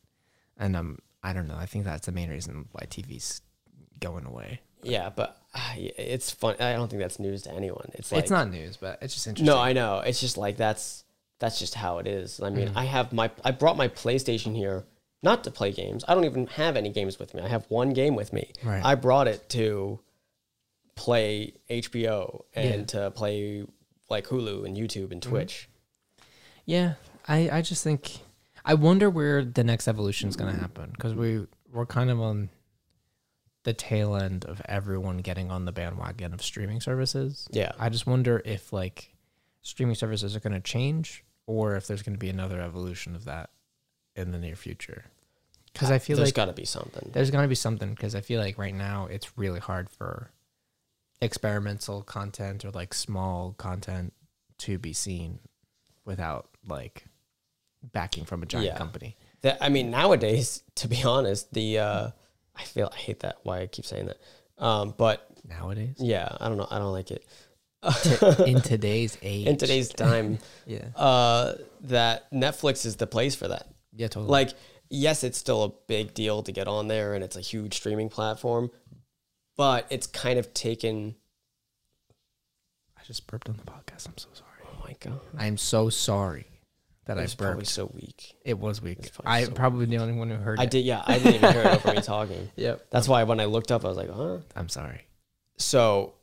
[SPEAKER 2] and um i don't know i think that's the main reason why tv's going away
[SPEAKER 1] Yeah, but uh, it's fun. I don't think that's news to anyone. It's like
[SPEAKER 2] it's not news but it's just interesting
[SPEAKER 1] No, I know. It's just like that's that's just how it is. I
[SPEAKER 2] Mm.
[SPEAKER 1] mean, I have my I brought my PlayStation here not to play games. I don't even have any games with me. I have one game with me.
[SPEAKER 2] Right.
[SPEAKER 1] I brought it to play HBO and to play like Hulu and YouTube
[SPEAKER 2] Mm-hmm.
[SPEAKER 1] and Twitch.
[SPEAKER 2] yeah i i just think i wonder where the next evolution is going to happen because we we're kind of on the tail end of everyone getting on the bandwagon of streaming services
[SPEAKER 1] Yeah.
[SPEAKER 2] I just wonder if like streaming services are going to change or if there's going to be another evolution of that in the near future. Because I feel
[SPEAKER 1] There's
[SPEAKER 2] like
[SPEAKER 1] got to be something.
[SPEAKER 2] there's going to be something. Because I feel like right now it's really hard for experimental content or like small content to be seen without like backing from a giant
[SPEAKER 1] Yeah.
[SPEAKER 2] company.
[SPEAKER 1] That I mean, nowadays, [LAUGHS] to be honest, the uh, I feel I hate that. Why I keep saying that, um, but [LAUGHS]
[SPEAKER 2] Nowadays,
[SPEAKER 1] yeah, I don't know. I don't like it
[SPEAKER 2] in today's age,
[SPEAKER 1] in today's time.
[SPEAKER 2] [LAUGHS] yeah,
[SPEAKER 1] uh, that Netflix is the place for that.
[SPEAKER 2] yeah, totally.
[SPEAKER 1] Like, yes, it's still a big deal to get on there and it's a huge streaming platform, but it's kind of taken.
[SPEAKER 2] I just burped on the podcast. I'm so sorry.
[SPEAKER 1] Oh my god.
[SPEAKER 2] I'm so sorry that I
[SPEAKER 1] It's probably
[SPEAKER 2] burped.
[SPEAKER 1] so weak.
[SPEAKER 2] it was weak.
[SPEAKER 1] probably
[SPEAKER 2] I'm
[SPEAKER 1] so
[SPEAKER 2] probably the only one who heard
[SPEAKER 1] I
[SPEAKER 2] it.
[SPEAKER 1] did. Yeah, I didn't even hear it over me talking.
[SPEAKER 2] Yep.
[SPEAKER 1] That's why when I looked up, I was like, huh.
[SPEAKER 2] I'm sorry.
[SPEAKER 1] So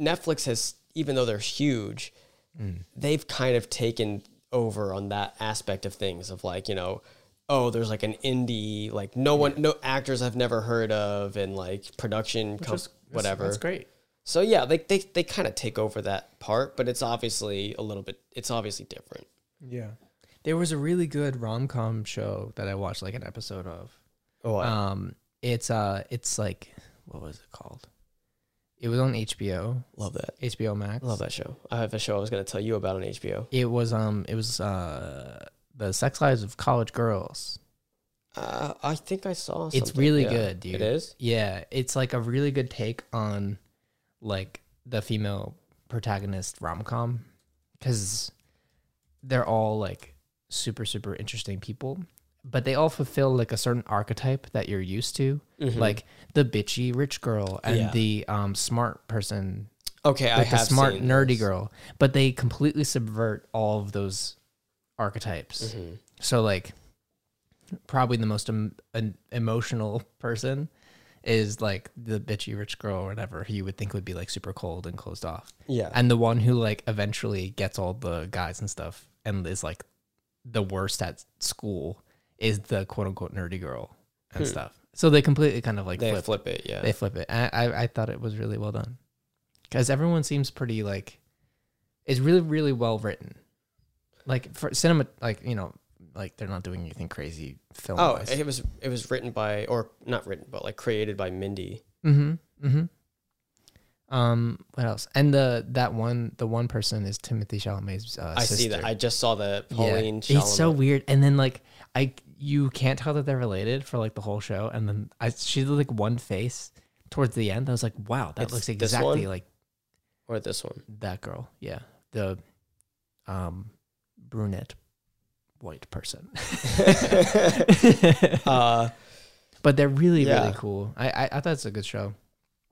[SPEAKER 1] Netflix has, even though they're huge, they've kind of taken over on that aspect of things of like, you know, oh, there's like an indie, like no one, no actors I've never heard of, and like production, com- whatever.
[SPEAKER 2] That's great.
[SPEAKER 1] So yeah, they they they kind of take over that part, but it's obviously a little bit, it's obviously different.
[SPEAKER 2] Yeah. There was a really good rom com show that I watched like an episode of.
[SPEAKER 1] Oh,
[SPEAKER 2] Um, it's uh, it's like what was it called? It was on HBO,
[SPEAKER 1] love that.
[SPEAKER 2] HBO Max.
[SPEAKER 1] Love that show. I have a show I was going to tell you about on HBO.
[SPEAKER 2] It was um, it was uh, the Sex Lives of College Girls.
[SPEAKER 1] Uh, I think I saw. Something.
[SPEAKER 2] It's really
[SPEAKER 1] Yeah.
[SPEAKER 2] good, dude.
[SPEAKER 1] It is.
[SPEAKER 2] Yeah, it's like a really good take on like the female protagonist rom com because they're all like super super interesting people, but they all fulfill like a certain archetype that you're used to, like the bitchy rich girl and
[SPEAKER 1] Mm-hmm. Yeah.
[SPEAKER 2] the um, smart person,
[SPEAKER 1] Okay, I
[SPEAKER 2] like the
[SPEAKER 1] have
[SPEAKER 2] smart
[SPEAKER 1] seen
[SPEAKER 2] nerdy
[SPEAKER 1] this.
[SPEAKER 2] girl. But they completely subvert all of those archetypes.
[SPEAKER 1] Mm-hmm.
[SPEAKER 2] So like probably the most em- an emotional person is like the bitchy rich girl or whatever who you would think would be like super cold and closed off.
[SPEAKER 1] Yeah.
[SPEAKER 2] And the one who like eventually gets all the guys and stuff and is like the worst at school is the quote unquote nerdy girl and stuff. So they completely kind of like
[SPEAKER 1] Hmm. they
[SPEAKER 2] flip,
[SPEAKER 1] flip, it. Yeah.
[SPEAKER 2] they flip it. I, I I thought it was really well done because everyone seems pretty like it's really really well written. Like for cinema, like you know, like they're not doing anything crazy film.
[SPEAKER 1] oh, it was it was written by or not written, but like created by Mindy.
[SPEAKER 2] Mm-hmm. Mm-hmm. Um, what else? And the that one, the one person is Timothy Chalamet's uh,
[SPEAKER 1] I see that.
[SPEAKER 2] sister.
[SPEAKER 1] I just saw the
[SPEAKER 2] Yeah.
[SPEAKER 1] Pauline.
[SPEAKER 2] It's so
[SPEAKER 1] Chalamet.
[SPEAKER 2] weird. And then like I, you can't tell that they're related for like the whole show. And then I, she did like one face towards the end. I was like, wow, that
[SPEAKER 1] It's
[SPEAKER 2] looks
[SPEAKER 1] this one?
[SPEAKER 2] exactly like
[SPEAKER 1] or this
[SPEAKER 2] [LAUGHS]
[SPEAKER 1] one. [LAUGHS]
[SPEAKER 2] that girl. Yeah, the um brunette white
[SPEAKER 1] [LAUGHS]
[SPEAKER 2] person.
[SPEAKER 1] Uh,
[SPEAKER 2] but they're really
[SPEAKER 1] Yeah.
[SPEAKER 2] really cool. I, I I thought it's a good show.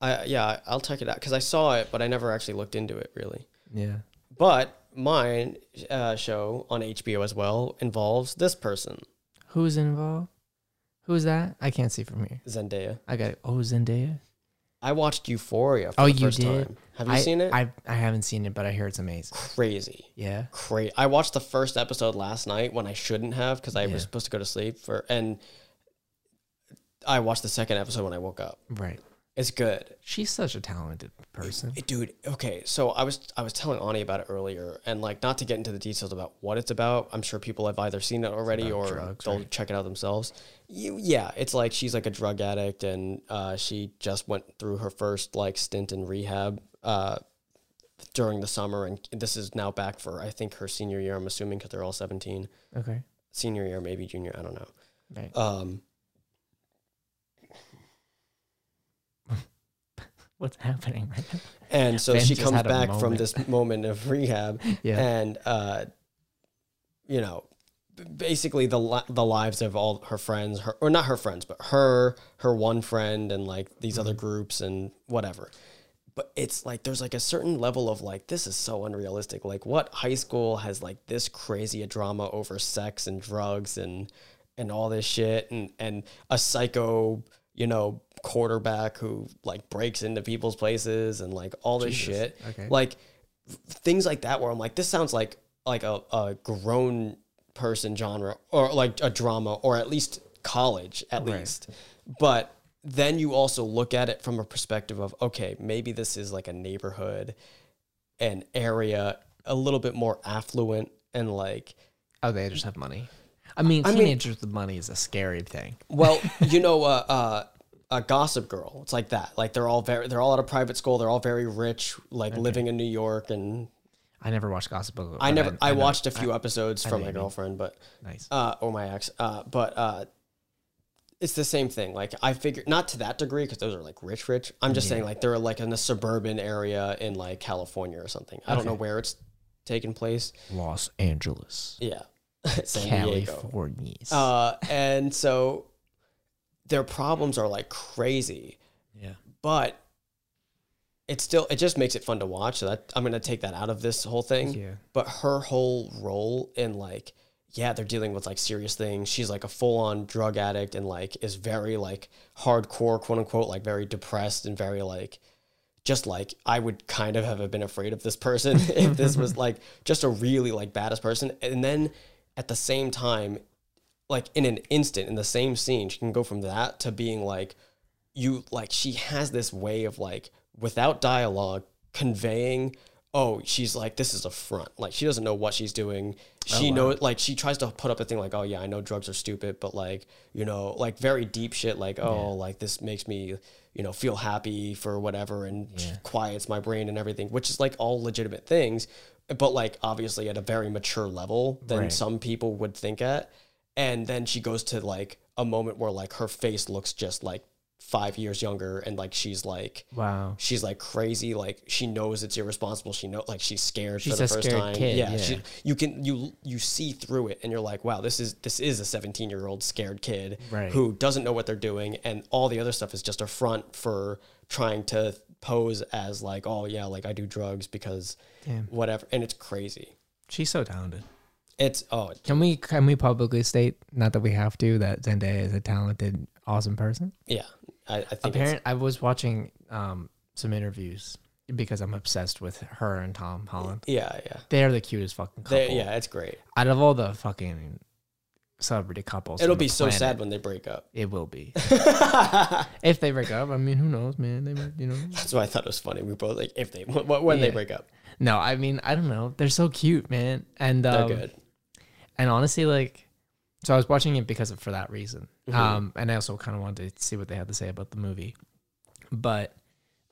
[SPEAKER 1] I yeah, I'll check it out because I saw it, but I never actually looked into it really.
[SPEAKER 2] Yeah.
[SPEAKER 1] But mine uh, show on HBO as well involves this person
[SPEAKER 2] Who's involved? Who's that? I can't see from here.
[SPEAKER 1] Zendaya.
[SPEAKER 2] I got it. Oh, Zendaya.
[SPEAKER 1] I watched Euphoria. For
[SPEAKER 2] Oh,
[SPEAKER 1] the
[SPEAKER 2] you
[SPEAKER 1] first
[SPEAKER 2] did?
[SPEAKER 1] Time. Have you
[SPEAKER 2] I,
[SPEAKER 1] seen it?
[SPEAKER 2] I I haven't seen it, but I hear it's amazing.
[SPEAKER 1] Crazy.
[SPEAKER 2] Yeah.
[SPEAKER 1] Crazy. I watched the first episode last night when I shouldn't have because I
[SPEAKER 2] Yeah.
[SPEAKER 1] was supposed to go to sleep for, and I watched the second episode when I woke up.
[SPEAKER 2] Right.
[SPEAKER 1] It's good,
[SPEAKER 2] She's such a talented person.
[SPEAKER 1] It- dude. Okay, so I was I was telling Ani about it earlier, and like not to get into the details about what it's about. I'm sure people have either seen it already
[SPEAKER 2] about
[SPEAKER 1] or
[SPEAKER 2] drugs,
[SPEAKER 1] they'll
[SPEAKER 2] right?
[SPEAKER 1] check it out themselves. You, yeah, it's like she's like a drug addict, and uh, she just went through her first like stint in rehab. Uh, during the summer, and this is now back for I think her senior year. I'm assuming because they're all 17.
[SPEAKER 2] Okay.
[SPEAKER 1] senior year, maybe junior. I don't know.
[SPEAKER 2] Right.
[SPEAKER 1] Um,
[SPEAKER 2] What's happening right now?
[SPEAKER 1] and so
[SPEAKER 2] Ben
[SPEAKER 1] she
[SPEAKER 2] just
[SPEAKER 1] comes
[SPEAKER 2] had a
[SPEAKER 1] back from
[SPEAKER 2] moment.
[SPEAKER 1] this moment of rehab,
[SPEAKER 2] [LAUGHS] Yeah.
[SPEAKER 1] and uh, you know, b- basically the li- the lives of all her friends, her or not her friends, but her her one friend, and like these other
[SPEAKER 2] Mm-hmm.
[SPEAKER 1] groups and whatever. But it's like there's like a certain level of like this is so unrealistic. Like what high school has like this crazy a drama over sex and drugs and and all this shit and and a psycho you know quarterback who like breaks into people's places and like all this
[SPEAKER 2] Jesus.
[SPEAKER 1] shit
[SPEAKER 2] Okay.
[SPEAKER 1] like f- things like that where i'm like this sounds like like a, a grown person genre or like a drama or at least college at
[SPEAKER 2] Right.
[SPEAKER 1] least but then you also look at it from a perspective of okay maybe this is like a neighborhood an area a little bit more affluent and like
[SPEAKER 2] Oh, they just have money. I mean,
[SPEAKER 1] I mean-
[SPEAKER 2] teenagers with money is a scary thing.
[SPEAKER 1] Well,
[SPEAKER 2] [LAUGHS]
[SPEAKER 1] you know, uh, uh, a Gossip Girl. It's like that. Like they're all very, they're all out of private school. They're all very rich, like living in New York. And
[SPEAKER 2] I never watched Gossip Girl.
[SPEAKER 1] I
[SPEAKER 2] but
[SPEAKER 1] never, I,
[SPEAKER 2] know-
[SPEAKER 1] watched a few episodes from
[SPEAKER 2] know
[SPEAKER 1] my
[SPEAKER 2] you mean.
[SPEAKER 1] girlfriend, but
[SPEAKER 2] Nice.
[SPEAKER 1] uh, or my ex. Uh, but uh, it's the same thing. Like I figure not to that degree because those are like rich, rich. I'm just saying like they're like in a suburban area in like California or something. I don't know where it's taking place.
[SPEAKER 2] Los Angeles,
[SPEAKER 1] Yeah, [LAUGHS] San Diego.
[SPEAKER 2] California.
[SPEAKER 1] Uh, and so their problems are like crazy.
[SPEAKER 2] yeah.
[SPEAKER 1] but it's still it just makes it fun to watch. So that I'm gonna take that out of this whole thing.
[SPEAKER 2] Yeah.
[SPEAKER 1] But her whole role in like, yeah, they're dealing with like serious things. She's like a full on drug addict and like is very like hardcore, quote unquote, like very depressed and very like just like I would kind of have been afraid of this person [LAUGHS] if this was like just a really like baddest person. And then at the same time, like in an instant, in the same scene, she can go from that to being like, you like she has this way of like without dialogue conveying oh she's like this is a front like she doesn't know what she's doing she knows like she tries to put up a thing like oh yeah i know drugs are stupid but like you know like very deep shit like oh like this makes me you know feel happy for whatever and quiets my brain and everything which is like all legitimate things but like obviously at a very mature level than some people would think at and then she goes to like a moment where like her face looks just like five years younger and like she's like
[SPEAKER 2] Wow.
[SPEAKER 1] she's like crazy like she knows it's irresponsible she know like she's scared
[SPEAKER 2] She's
[SPEAKER 1] for the
[SPEAKER 2] a
[SPEAKER 1] first
[SPEAKER 2] scared
[SPEAKER 1] time
[SPEAKER 2] kid,
[SPEAKER 1] yeah,
[SPEAKER 2] yeah.
[SPEAKER 1] She, you can you you see through it and you're like wow this is this is a 17 year old scared kid
[SPEAKER 2] Right.
[SPEAKER 1] who doesn't know what they're doing and all the other stuff is just a front for trying to pose as like oh yeah like i do drugs because
[SPEAKER 2] Damn.
[SPEAKER 1] whatever and it's crazy
[SPEAKER 2] She's so talented.
[SPEAKER 1] it's oh
[SPEAKER 2] Can we can we publicly state, not that we have to, that Zendaya is a talented, awesome person?
[SPEAKER 1] yeah i, I think it's,
[SPEAKER 2] Apparent I was watching um some interviews because I'm obsessed with her and Tom Holland.
[SPEAKER 1] yeah yeah
[SPEAKER 2] They're the cutest fucking couple.
[SPEAKER 1] They- yeah it's great
[SPEAKER 2] Out of all the fucking celebrity couples. on
[SPEAKER 1] it'll
[SPEAKER 2] the
[SPEAKER 1] be so
[SPEAKER 2] planet,
[SPEAKER 1] sad when they break up [LAUGHS]
[SPEAKER 2] It will be. if they break up, I mean, who knows, man? They might, you know.
[SPEAKER 1] That's why I thought it was funny. We were both like, if they when when they
[SPEAKER 2] Yeah.
[SPEAKER 1] break up,
[SPEAKER 2] No, I mean, I don't know. They're so cute, man. And
[SPEAKER 1] they're
[SPEAKER 2] um,
[SPEAKER 1] good.
[SPEAKER 2] And honestly, like, so I was watching it because of for that reason.
[SPEAKER 1] Mm-hmm.
[SPEAKER 2] Um, and I also kind of wanted to see what they had to say about the movie. But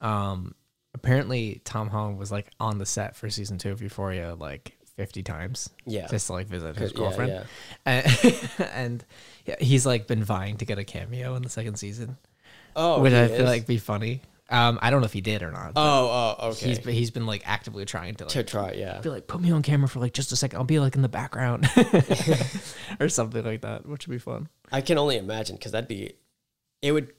[SPEAKER 2] um, apparently, Tom Holland was like on the set for season two of Euphoria like 50 times.
[SPEAKER 1] Yeah.
[SPEAKER 2] Just to like visit his
[SPEAKER 1] Yeah,
[SPEAKER 2] girlfriend.
[SPEAKER 1] yeah.
[SPEAKER 2] And, [LAUGHS] and he's like been vying to get a cameo in the second season,
[SPEAKER 1] Oh,
[SPEAKER 2] which
[SPEAKER 1] he
[SPEAKER 2] I
[SPEAKER 1] is?
[SPEAKER 2] feel like be funny. Um, I don't know if he did or not. but
[SPEAKER 1] Oh, oh, okay.
[SPEAKER 2] He's been, he's been like actively trying to like
[SPEAKER 1] to try, yeah.
[SPEAKER 2] be like, put me on camera for like just a second. I'll be like in the background [LAUGHS] or something like that, which would be fun.
[SPEAKER 1] I can only imagine because that'd be, it would,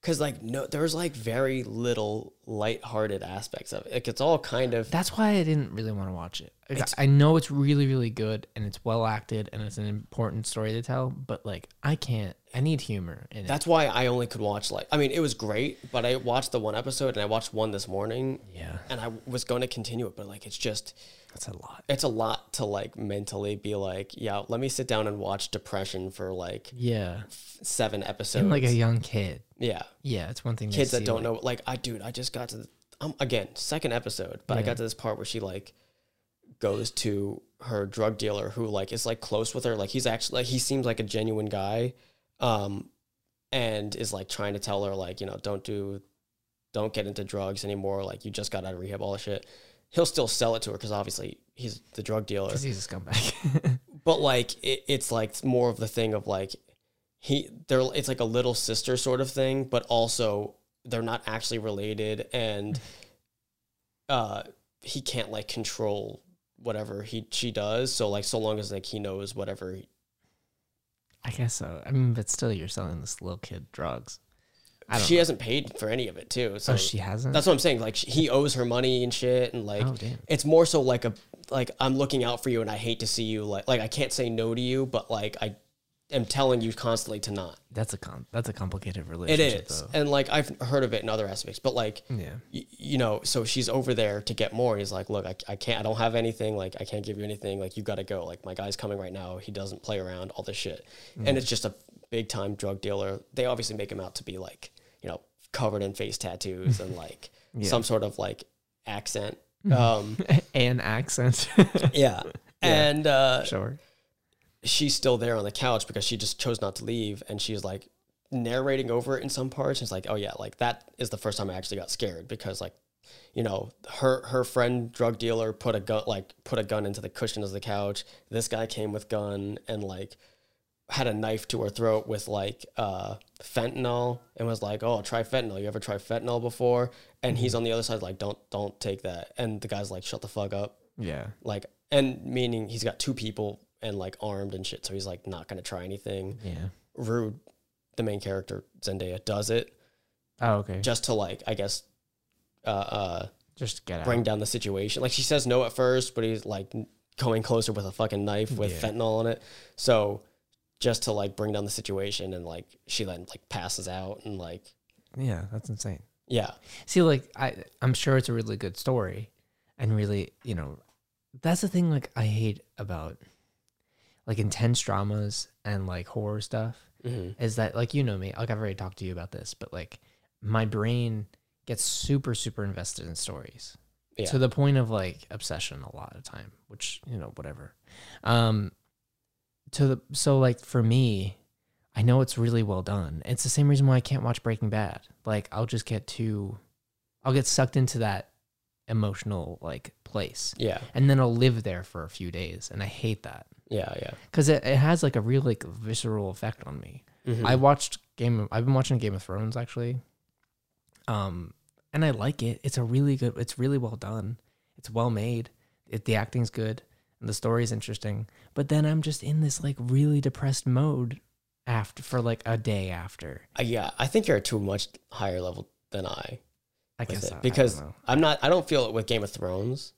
[SPEAKER 1] because like no, there's like very little lighthearted aspects of it. Like it's all kind of
[SPEAKER 2] That's why I didn't really want to watch it. Like, I know it's really, really good and it's well acted and it's an important story to tell, but like I can't. I need humor in it.
[SPEAKER 1] That's why I only could watch like I mean it was great, but I watched the one episode and I watched one this morning.
[SPEAKER 2] Yeah.
[SPEAKER 1] And I was going to continue it, but like it's just
[SPEAKER 2] That's a lot.
[SPEAKER 1] it's a lot to like mentally be like, yeah, let me sit down and watch depression for like
[SPEAKER 2] Yeah,
[SPEAKER 1] seven episodes.
[SPEAKER 2] and like a young kid.
[SPEAKER 1] yeah,
[SPEAKER 2] Yeah, it's one thing. to
[SPEAKER 1] kids that
[SPEAKER 2] see,
[SPEAKER 1] don't
[SPEAKER 2] like-
[SPEAKER 1] know like i dude i just got to the, um, again second episode but i
[SPEAKER 2] Yeah.
[SPEAKER 1] got to this part where she like goes to her drug dealer who like is like close with her like he's actually like he seems like a genuine guy um and is like trying to tell her like you know don't do don't get into drugs anymore like you just got out of rehab all the shit he'll still sell it to her because obviously he's the drug dealer
[SPEAKER 2] 'cause he's a scumbag. [LAUGHS]
[SPEAKER 1] but like it, it's like it's more of the thing of like he they're it's like a little sister sort of thing but also they're not actually related and uh he can't like control whatever he she does so like so long as like he knows whatever he,
[SPEAKER 2] I guess so. I mean, but still, you're selling this little kid drugs. I don't
[SPEAKER 1] she hasn't paid for any of it too so
[SPEAKER 2] Oh, she hasn't.
[SPEAKER 1] that's what i'm saying like she, he owes her money and shit and like
[SPEAKER 2] Oh, damn.
[SPEAKER 1] it's more so like a like i'm looking out for you and i hate to see you like like i can't say no to you but like i am telling you constantly to not
[SPEAKER 2] that's a com- that's a complicated
[SPEAKER 1] It
[SPEAKER 2] relationship.
[SPEAKER 1] is,
[SPEAKER 2] though. Mm.
[SPEAKER 1] and like I've heard of it in other aspects, but like,
[SPEAKER 2] Yeah. [LAUGHS]
[SPEAKER 1] y- you know, so she's over there to get more. He's like, look, I, I can't, I don't have anything. Like, I can't give you anything. Like, you got to go. Like, my guy's coming right now. He doesn't play around. All this shit,
[SPEAKER 2] Mm.
[SPEAKER 1] and it's just a big time drug dealer. They obviously make him out to be like, you know, covered in face tattoos
[SPEAKER 2] [LAUGHS]
[SPEAKER 1] and like some sort of like accent.
[SPEAKER 2] Mm.
[SPEAKER 1] Um,
[SPEAKER 2] [LAUGHS] An accent. [LAUGHS]
[SPEAKER 1] yeah. And uh,
[SPEAKER 2] sure.
[SPEAKER 1] she's still there on the couch because she just chose not to leave and she's like narrating over it in some parts she's like oh yeah like that is the first time i actually got scared because like you know her her friend drug dealer put a gun like put a gun into the cushion of the couch this guy came with gun and like had a knife to her throat with like uh fentanyl and was like oh try fentanyl you ever try fentanyl before and he's on the other side like don't don't take that and the guy's like shut the fuck up
[SPEAKER 2] Yeah.
[SPEAKER 1] like and meaning he's got two people and like armed and shit so he's like not gonna try anything
[SPEAKER 2] Yeah.
[SPEAKER 1] rude the main character zendaya does it
[SPEAKER 2] Oh, okay.
[SPEAKER 1] just to like i guess uh, uh,
[SPEAKER 2] Just get out.
[SPEAKER 1] bring down the situation. Like she says no at first, but he's like going closer with a fucking knife with
[SPEAKER 2] Yeah.
[SPEAKER 1] fentanyl on it. So just to like bring down the situation and like she then like passes out and like
[SPEAKER 2] yeah, that's insane.
[SPEAKER 1] yeah.
[SPEAKER 2] See, like I, I'm sure it's a really good story, and really, you know, that's the thing. Like I hate about like intense dramas and like horror stuff
[SPEAKER 1] hmm
[SPEAKER 2] is that like you know me. Like I've already talked to you about this, but like my brain gets super super invested in stories
[SPEAKER 1] Yeah.
[SPEAKER 2] to the point of like obsession a lot of time, which you know whatever. Um, to the so like for me. I know it's really well done. It's the same reason why I can't watch Breaking Bad. Like I'll just get too I'll get sucked into that emotional like place.
[SPEAKER 1] Yeah.
[SPEAKER 2] And then I'll live there for a few days and I hate that
[SPEAKER 1] Yeah. Yeah.
[SPEAKER 2] cuz it, it has like a real like visceral effect on me.
[SPEAKER 1] Mhm.
[SPEAKER 2] I watched Game of, I've been watching Game of Thrones actually. Um and I like it. It's a really good it's really well done. It's well made. It, the acting's good and the story's interesting. But then I'm just in this like really depressed mode after for like a day after.
[SPEAKER 1] Uh, yeah. I think you're at too much higher level than I
[SPEAKER 2] I
[SPEAKER 1] with
[SPEAKER 2] guess
[SPEAKER 1] it
[SPEAKER 2] I- I
[SPEAKER 1] because
[SPEAKER 2] don't know.
[SPEAKER 1] I'm not. I don't feel it with Game of Thrones.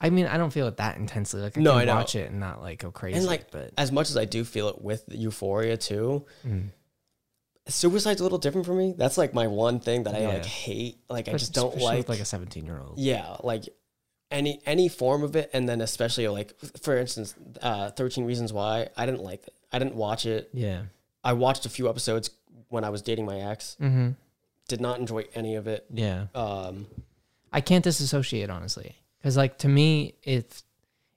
[SPEAKER 2] I mean, I don't feel it that intensely. Like I
[SPEAKER 1] No,
[SPEAKER 2] can
[SPEAKER 1] I know.
[SPEAKER 2] watch it and not like go crazy.
[SPEAKER 1] And like
[SPEAKER 2] but
[SPEAKER 1] as much as I do feel it with Euphoria too,
[SPEAKER 2] Mm.
[SPEAKER 1] Suicide's a little different for me. That's like my one thing that I like
[SPEAKER 2] Yeah.
[SPEAKER 1] hate. Like I
[SPEAKER 2] But
[SPEAKER 1] just don't
[SPEAKER 2] especially
[SPEAKER 1] like.
[SPEAKER 2] with, like a seventeen-year-old.
[SPEAKER 1] yeah, like any any form of it, and then especially like for instance, uh, Thirteen Reasons Why. I didn't like it. I didn't watch it.
[SPEAKER 2] Yeah.
[SPEAKER 1] I watched a few episodes when I was dating my ex.
[SPEAKER 2] Mm-hmm.
[SPEAKER 1] Did not enjoy any of it.
[SPEAKER 2] Yeah.
[SPEAKER 1] Um,
[SPEAKER 2] I can't disassociate honestly, because like to me, if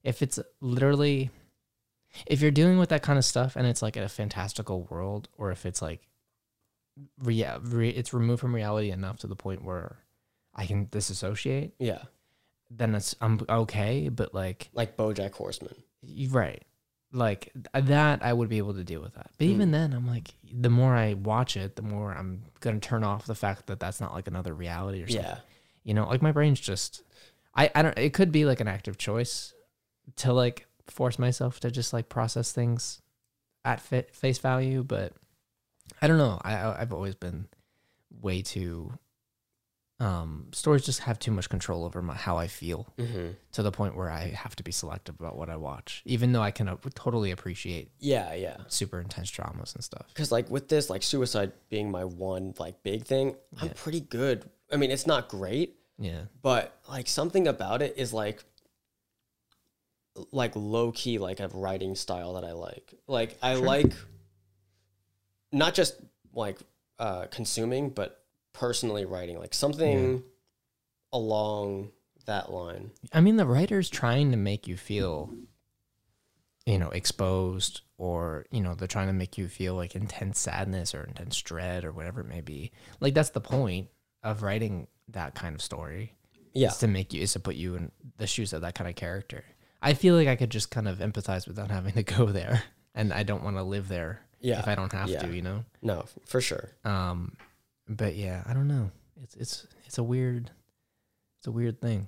[SPEAKER 2] if it's literally, if you're dealing with that kind of stuff and it's like a fantastical world, or if it's like, re- re- it's removed from reality enough to the point where I can disassociate,
[SPEAKER 1] yeah,
[SPEAKER 2] then it's I'm okay. But like
[SPEAKER 1] like BoJack Horseman.
[SPEAKER 2] You're right. Like th- that, I would be able to deal with that. But even then, I'm like, the more I watch it, the more I'm gonna turn off the fact that that's not like another reality or something.
[SPEAKER 1] Yeah,
[SPEAKER 2] You know, like my brain's just, I, I don't. It could be like an active choice to like force myself to just like process things at fit, face value, but I don't know. I I- I've always been way too. Um, stories just have too much control over my how I feel
[SPEAKER 1] hmm
[SPEAKER 2] to the point where I have to be selective about what I watch, even though I can uh, totally appreciate
[SPEAKER 1] yeah, yeah.
[SPEAKER 2] super intense dramas and stuff.
[SPEAKER 1] because like with this like suicide being my one like big thing i'm
[SPEAKER 2] Yeah.
[SPEAKER 1] pretty good i mean it's not great
[SPEAKER 2] Yeah.
[SPEAKER 1] but like something about it is like like low key like a writing style that i like like i like not just like uh consuming but personally writing like something along that line
[SPEAKER 2] I mean, the writer's trying to make you feel, you know, exposed or, you know, they're trying to make you feel like intense sadness or intense dread or whatever it may be. Like, that's the point of writing that kind of story.
[SPEAKER 1] yeah
[SPEAKER 2] is to make you is to put you in the shoes of that kind of character. I feel like I could just kind of empathize without having to go there, and I don't want to live there
[SPEAKER 1] Yeah.
[SPEAKER 2] if I don't have
[SPEAKER 1] Yeah.
[SPEAKER 2] to, you know.
[SPEAKER 1] no for sure
[SPEAKER 2] Um, but yeah, I don't know. It's it's it's a weird, it's a weird thing,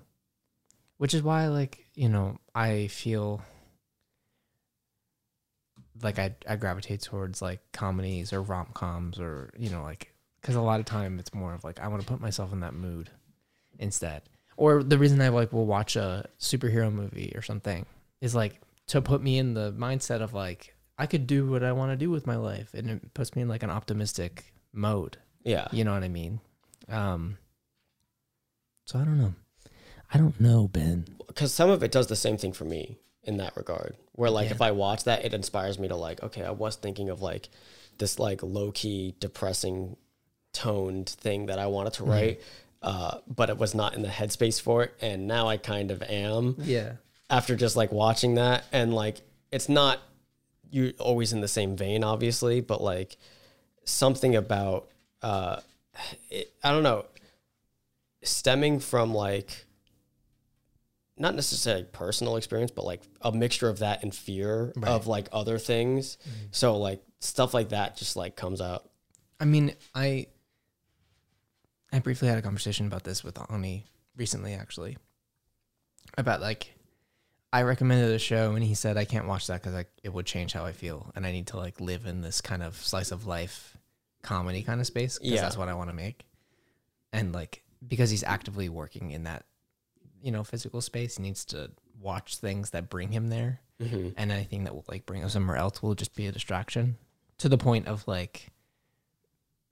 [SPEAKER 2] which is why like you know I feel like I I gravitate towards like comedies or rom coms or you know like because a lot of time it's more of like I want to put myself in that mood instead. Or the reason I like will watch a superhero movie or something is like to put me in the mindset of like I could do what I want to do with my life, and it puts me in like an optimistic mode.
[SPEAKER 1] yeah
[SPEAKER 2] You know what I mean? Um, so I don't know. I don't know, Ben.
[SPEAKER 1] because some of it does the same thing for me in that regard where like
[SPEAKER 2] Yeah.
[SPEAKER 1] if i watch that it inspires me to like okay i was thinking of like this like low-key depressing toned thing that i wanted to write uh, but it was not in the headspace for it and now i kind of am
[SPEAKER 2] Yeah.
[SPEAKER 1] after just like watching that and like it's not you always in the same vein obviously but like something about uh it, i don't know stemming from like not necessarily personal experience but like a mixture of that and fear of like other things so like stuff like that just like comes out
[SPEAKER 2] I mean, I I briefly had a conversation about this with Ani recently, actually, about like I recommended a show and he said I can't watch that because like it would change how I feel and I need to like live in this kind of slice of life comedy kind of space because
[SPEAKER 1] Yeah.
[SPEAKER 2] that's what I want to make. And like because he's actively working in that you know physical space he needs to watch things that bring him there and anything that will like bring him somewhere else will just be a distraction to the point of like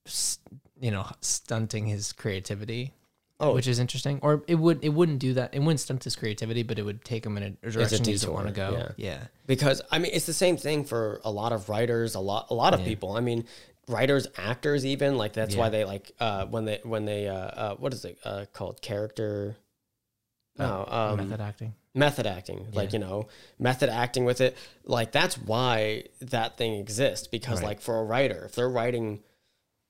[SPEAKER 2] s- you know stunting his creativity
[SPEAKER 1] Oh.
[SPEAKER 2] which is interesting or it would it wouldn't do that it wouldn't stunt his creativity but it would take him in a direction he doesn't want to
[SPEAKER 1] detour,
[SPEAKER 2] go yeah.
[SPEAKER 1] because I mean it's the same thing for a lot of writers, a lot a lot of people. I mean, writers, actors, even like that's why
[SPEAKER 2] Yeah.
[SPEAKER 1] they like uh, when they when they uh, uh, what is it uh, called character. No, um,
[SPEAKER 2] Oh, method acting
[SPEAKER 1] method acting like you know method acting with it like that's why that thing exists because like for a writer if they're writing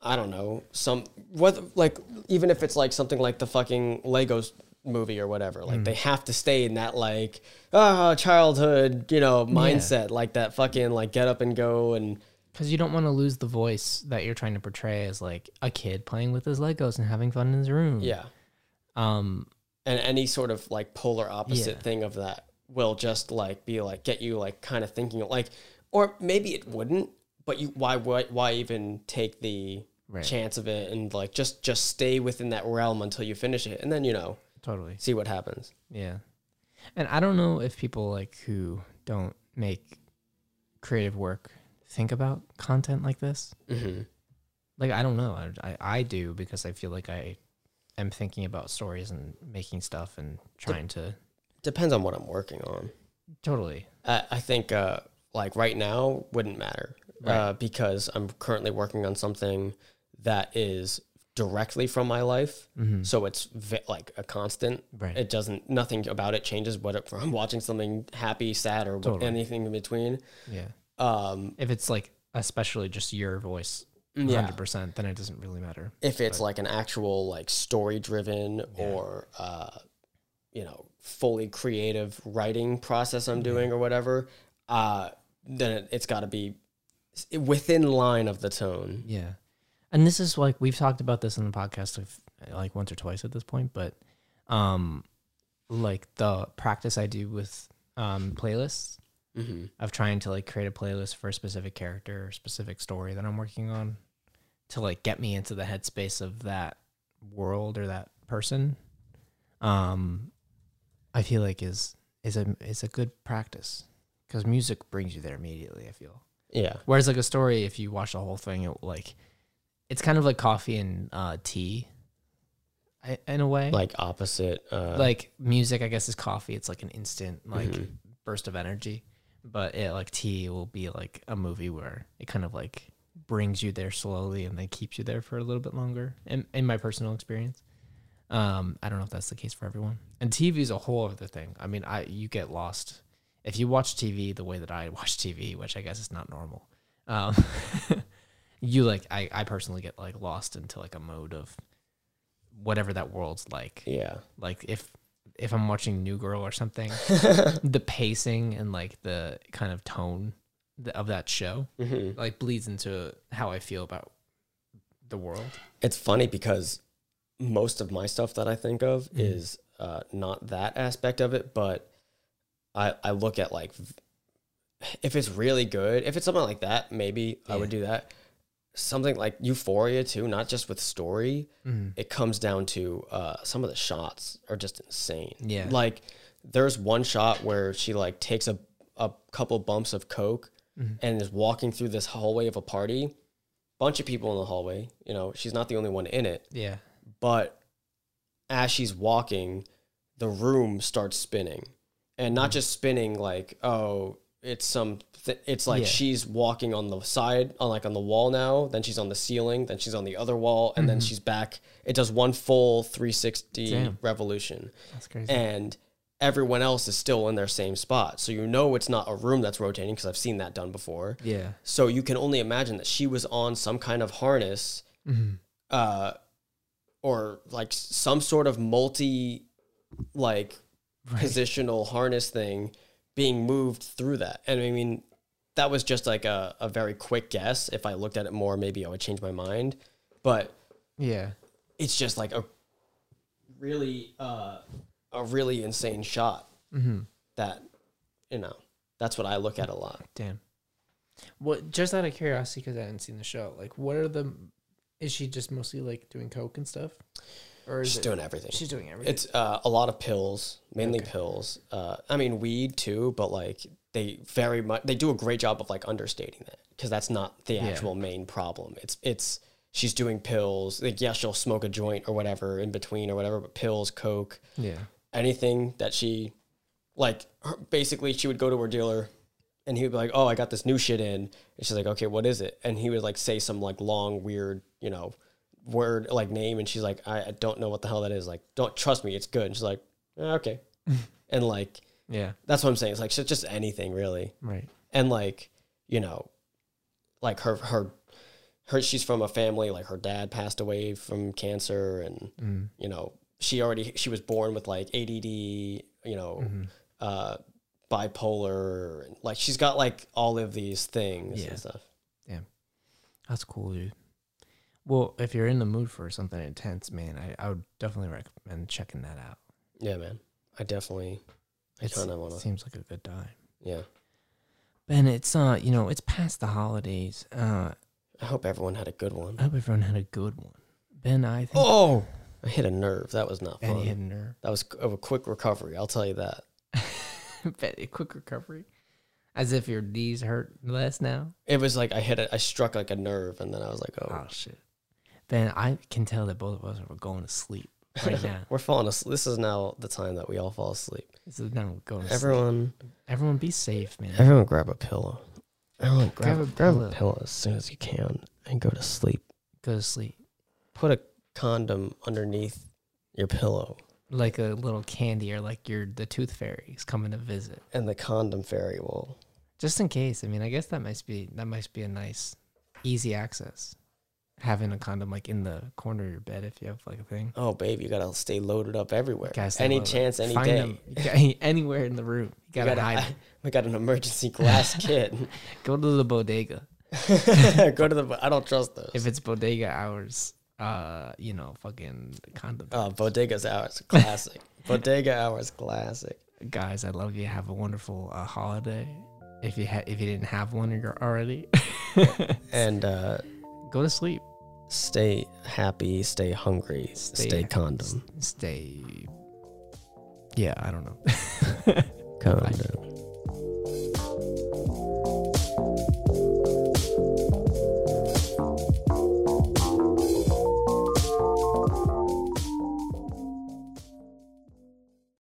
[SPEAKER 1] i don't know some what like even if it's like something like the fucking legos movie or whatever like they have to stay in that like ah childhood you know mindset like that fucking like get up and go and
[SPEAKER 2] because you don't want to lose the voice that you're trying to portray as like a kid playing with his legos and having fun in his room
[SPEAKER 1] yeah
[SPEAKER 2] um
[SPEAKER 1] and any sort of like polar opposite
[SPEAKER 2] Yeah.
[SPEAKER 1] thing of that will just like be like get you like kind of thinking like or maybe it wouldn't but you why why, why even take the
[SPEAKER 2] Right.
[SPEAKER 1] chance of it and like just just stay within that realm until you finish it and then you know
[SPEAKER 2] totally
[SPEAKER 1] see what happens
[SPEAKER 2] Yeah. And I don't know if people like who don't make creative work think about content like this.
[SPEAKER 1] mm-hmm.
[SPEAKER 2] Like I don't know. I, I I do because I feel like I am thinking about stories and making stuff and trying to
[SPEAKER 1] depends on what i'm working on
[SPEAKER 2] totally.
[SPEAKER 1] I I think uh, like right now wouldn't matter uh, because I'm currently working on something that is directly from my life, so it's vi- like a constant.
[SPEAKER 2] Mm-hmm. Right.
[SPEAKER 1] It doesn't nothing about it changes. What if I'm watching something happy, sad, or wh-
[SPEAKER 2] Totally.
[SPEAKER 1] anything in between.
[SPEAKER 2] Yeah.
[SPEAKER 1] Um,
[SPEAKER 2] If it's like especially just your voice 100%,
[SPEAKER 1] Yeah.
[SPEAKER 2] then it doesn't really matter.
[SPEAKER 1] if it's like an actual like story driven or uh, you know fully creative writing process I'm doing or whatever, uh, then it, it's got to be s- within line of the tone.
[SPEAKER 2] Yeah. And this is like we've talked about this in the podcast of like once or twice at this point, but um like the practice I do with um playlists of trying to like create a playlist for a specific character or specific story that I'm working on to like get me into the headspace of that world or that person. Um I feel like is is a is a good practice cuz music brings you there immediately, I feel.
[SPEAKER 1] Yeah.
[SPEAKER 2] Whereas like a story, if you watch the whole thing, it like it's kind of like coffee and uh, tea, I- in a way. Like,
[SPEAKER 1] Like opposite. Uh,
[SPEAKER 2] music, I guess, is coffee. It's like an instant like burst of energy. But it, like tea will be like a movie where it kind of like brings you there slowly and then keeps you there for a little bit longer. In, in my personal experience, um, I don't know if that's the case for everyone. And TV is a whole other thing. I mean, I you get lost if you watch TV the way that I [LAUGHS] watch TV, which I guess is not normal. Um, [LAUGHS] you like I, I personally get like lost into like a mode of whatever that world's like
[SPEAKER 1] yeah.
[SPEAKER 2] like if if i'm watching new girl or something the pacing and like the kind of tone th- of that show like bleeds into how i feel about the world
[SPEAKER 1] It's funny because most of my stuff that I think of is uh, not that aspect of it, but I I look at like v- if it's really good, if it's something like that, maybe I would do that. Something like Euphoria too, not just with story. It comes down to uh, some of the shots are just insane.
[SPEAKER 2] Yeah.
[SPEAKER 1] like there's one shot where she like takes a a couple bumps of coke and is walking through this hallway of a party bunch of people in the hallway. You know, she's not the only one in it,
[SPEAKER 2] yeah
[SPEAKER 1] but as she's walking, the room starts spinning, and
[SPEAKER 2] Mm.
[SPEAKER 1] not just spinning like oh, it's some. Th- it's like
[SPEAKER 2] Yeah.
[SPEAKER 1] she's walking on the side, on like on the wall now. Then she's on the ceiling. Then she's on the other wall, and then she's back. It does one full three sixty
[SPEAKER 2] Mm-hmm. Damn.
[SPEAKER 1] revolution
[SPEAKER 2] that's crazy
[SPEAKER 1] and everyone else is still in their same spot. So you know it's not a room that's rotating because I've seen that done before.
[SPEAKER 2] Yeah.
[SPEAKER 1] So you can only imagine that she was on some kind of harness, uh, or like s- some sort of multi, like positional harness thing being moved through that. And I mean, that was just like a, a very quick guess. If I looked at it more, maybe I would change my mind. But
[SPEAKER 2] yeah
[SPEAKER 1] it's just like a really uh, a really insane shot that you know that's what I look at a lot.
[SPEAKER 2] damn what just out of curiosity because i hadn't seen the show like what are the is she just mostly like doing coke and stuff Or is
[SPEAKER 1] She's
[SPEAKER 2] it-
[SPEAKER 1] doing everything.
[SPEAKER 2] She's doing everything.
[SPEAKER 1] It's uh, a lot of pills, mainly pills. Uh, I mean, weed too, but like they very much they do a great job of like understating that because that's not the actual main problem. It's it's she's doing pills. Like yeah, she'll smoke a joint or whatever in between or whatever, but pills, coke,
[SPEAKER 2] yeah.
[SPEAKER 1] anything that she like her, basically she would go to her dealer and he would be like oh i got this new shit in and she's like okay what is it and he would like say some like long weird you know word like name and she's like i, I don't know what the hell that is like don't trust me it's good and she's like "Eh, okay and like
[SPEAKER 2] Yeah.
[SPEAKER 1] that's what i'm saying it's like shit, just anything really
[SPEAKER 2] Right.
[SPEAKER 1] and like you know like her her her she's from a family like her dad passed away from cancer and you know she already she was born with like ADD you know uh bipolar and like she's got like all of these things
[SPEAKER 2] Yeah.
[SPEAKER 1] and stuff
[SPEAKER 2] That's cool, dude. Well, if you're in the mood for something intense, man, I, I would definitely recommend checking that out.
[SPEAKER 1] yeah man i definitely i
[SPEAKER 2] It's-
[SPEAKER 1] kind of want
[SPEAKER 2] It
[SPEAKER 1] to
[SPEAKER 2] seems like a good time.
[SPEAKER 1] yeah
[SPEAKER 2] Ben, it's uh, you know, it's past the holidays. Uh,
[SPEAKER 1] i hope everyone had a good one
[SPEAKER 2] I hope everyone had a good one. Ben, I think
[SPEAKER 1] oh i hit a nerve that was not
[SPEAKER 2] Ben
[SPEAKER 1] fun
[SPEAKER 2] you hit a
[SPEAKER 1] [LAUGHS]
[SPEAKER 2] nerve.
[SPEAKER 1] that was c- of a quick recovery i'll tell you that
[SPEAKER 2] Ben, a quick recovery, as if your knees hurt less now.
[SPEAKER 1] it was like i hit it i struck like a nerve and then i was like oh
[SPEAKER 2] Oh shit, Ben, I can tell that both of us are going to sleep
[SPEAKER 1] [LAUGHS]
[SPEAKER 2] right now.
[SPEAKER 1] We're falling asleep. This is now the time that we all fall asleep.
[SPEAKER 2] this is now going to sleep.
[SPEAKER 1] Everyone,
[SPEAKER 2] Everyone, be safe, man.
[SPEAKER 1] everyone, grab a pillow. Everyone, grab,
[SPEAKER 2] Grab
[SPEAKER 1] grab,
[SPEAKER 2] a
[SPEAKER 1] a, grab
[SPEAKER 2] pillow.
[SPEAKER 1] a pillow as soon as you can and go to sleep.
[SPEAKER 2] Go to sleep
[SPEAKER 1] Put a condom underneath your pillow,
[SPEAKER 2] like a little candy, or like your the tooth fairy's coming to visit,
[SPEAKER 1] and the condom fairy will.
[SPEAKER 2] just in case. I mean, I guess that might be that might be a nice, easy access. Having a condom like in the corner of your bed if you have like a thing.
[SPEAKER 1] Oh, babe, you gotta stay loaded up everywhere.
[SPEAKER 2] Gotta stay
[SPEAKER 1] Any
[SPEAKER 2] loaded.
[SPEAKER 1] chance, any
[SPEAKER 2] Find
[SPEAKER 1] day.
[SPEAKER 2] them any- [LAUGHS] anywhere in the room. You
[SPEAKER 1] We
[SPEAKER 2] gotta,
[SPEAKER 1] got a-
[SPEAKER 2] hide.
[SPEAKER 1] [LAUGHS] we got an emergency
[SPEAKER 2] [LAUGHS]
[SPEAKER 1] glass kit. [LAUGHS]
[SPEAKER 2] Go to the bodega.
[SPEAKER 1] go to the. I don't trust those.
[SPEAKER 2] if it's bodega hours, uh, you know, fucking condom.
[SPEAKER 1] oh, bodega's hours classic. Bodega hours classic.
[SPEAKER 2] Guys, I love you. Have a wonderful uh, holiday. If you ha- if you didn't have one you're already, [LAUGHS]
[SPEAKER 1] And. uh
[SPEAKER 2] go to sleep.
[SPEAKER 1] stay happy, stay hungry, stay, condom.
[SPEAKER 2] Stay. Yeah, I don't know. [LAUGHS]
[SPEAKER 1] Condom.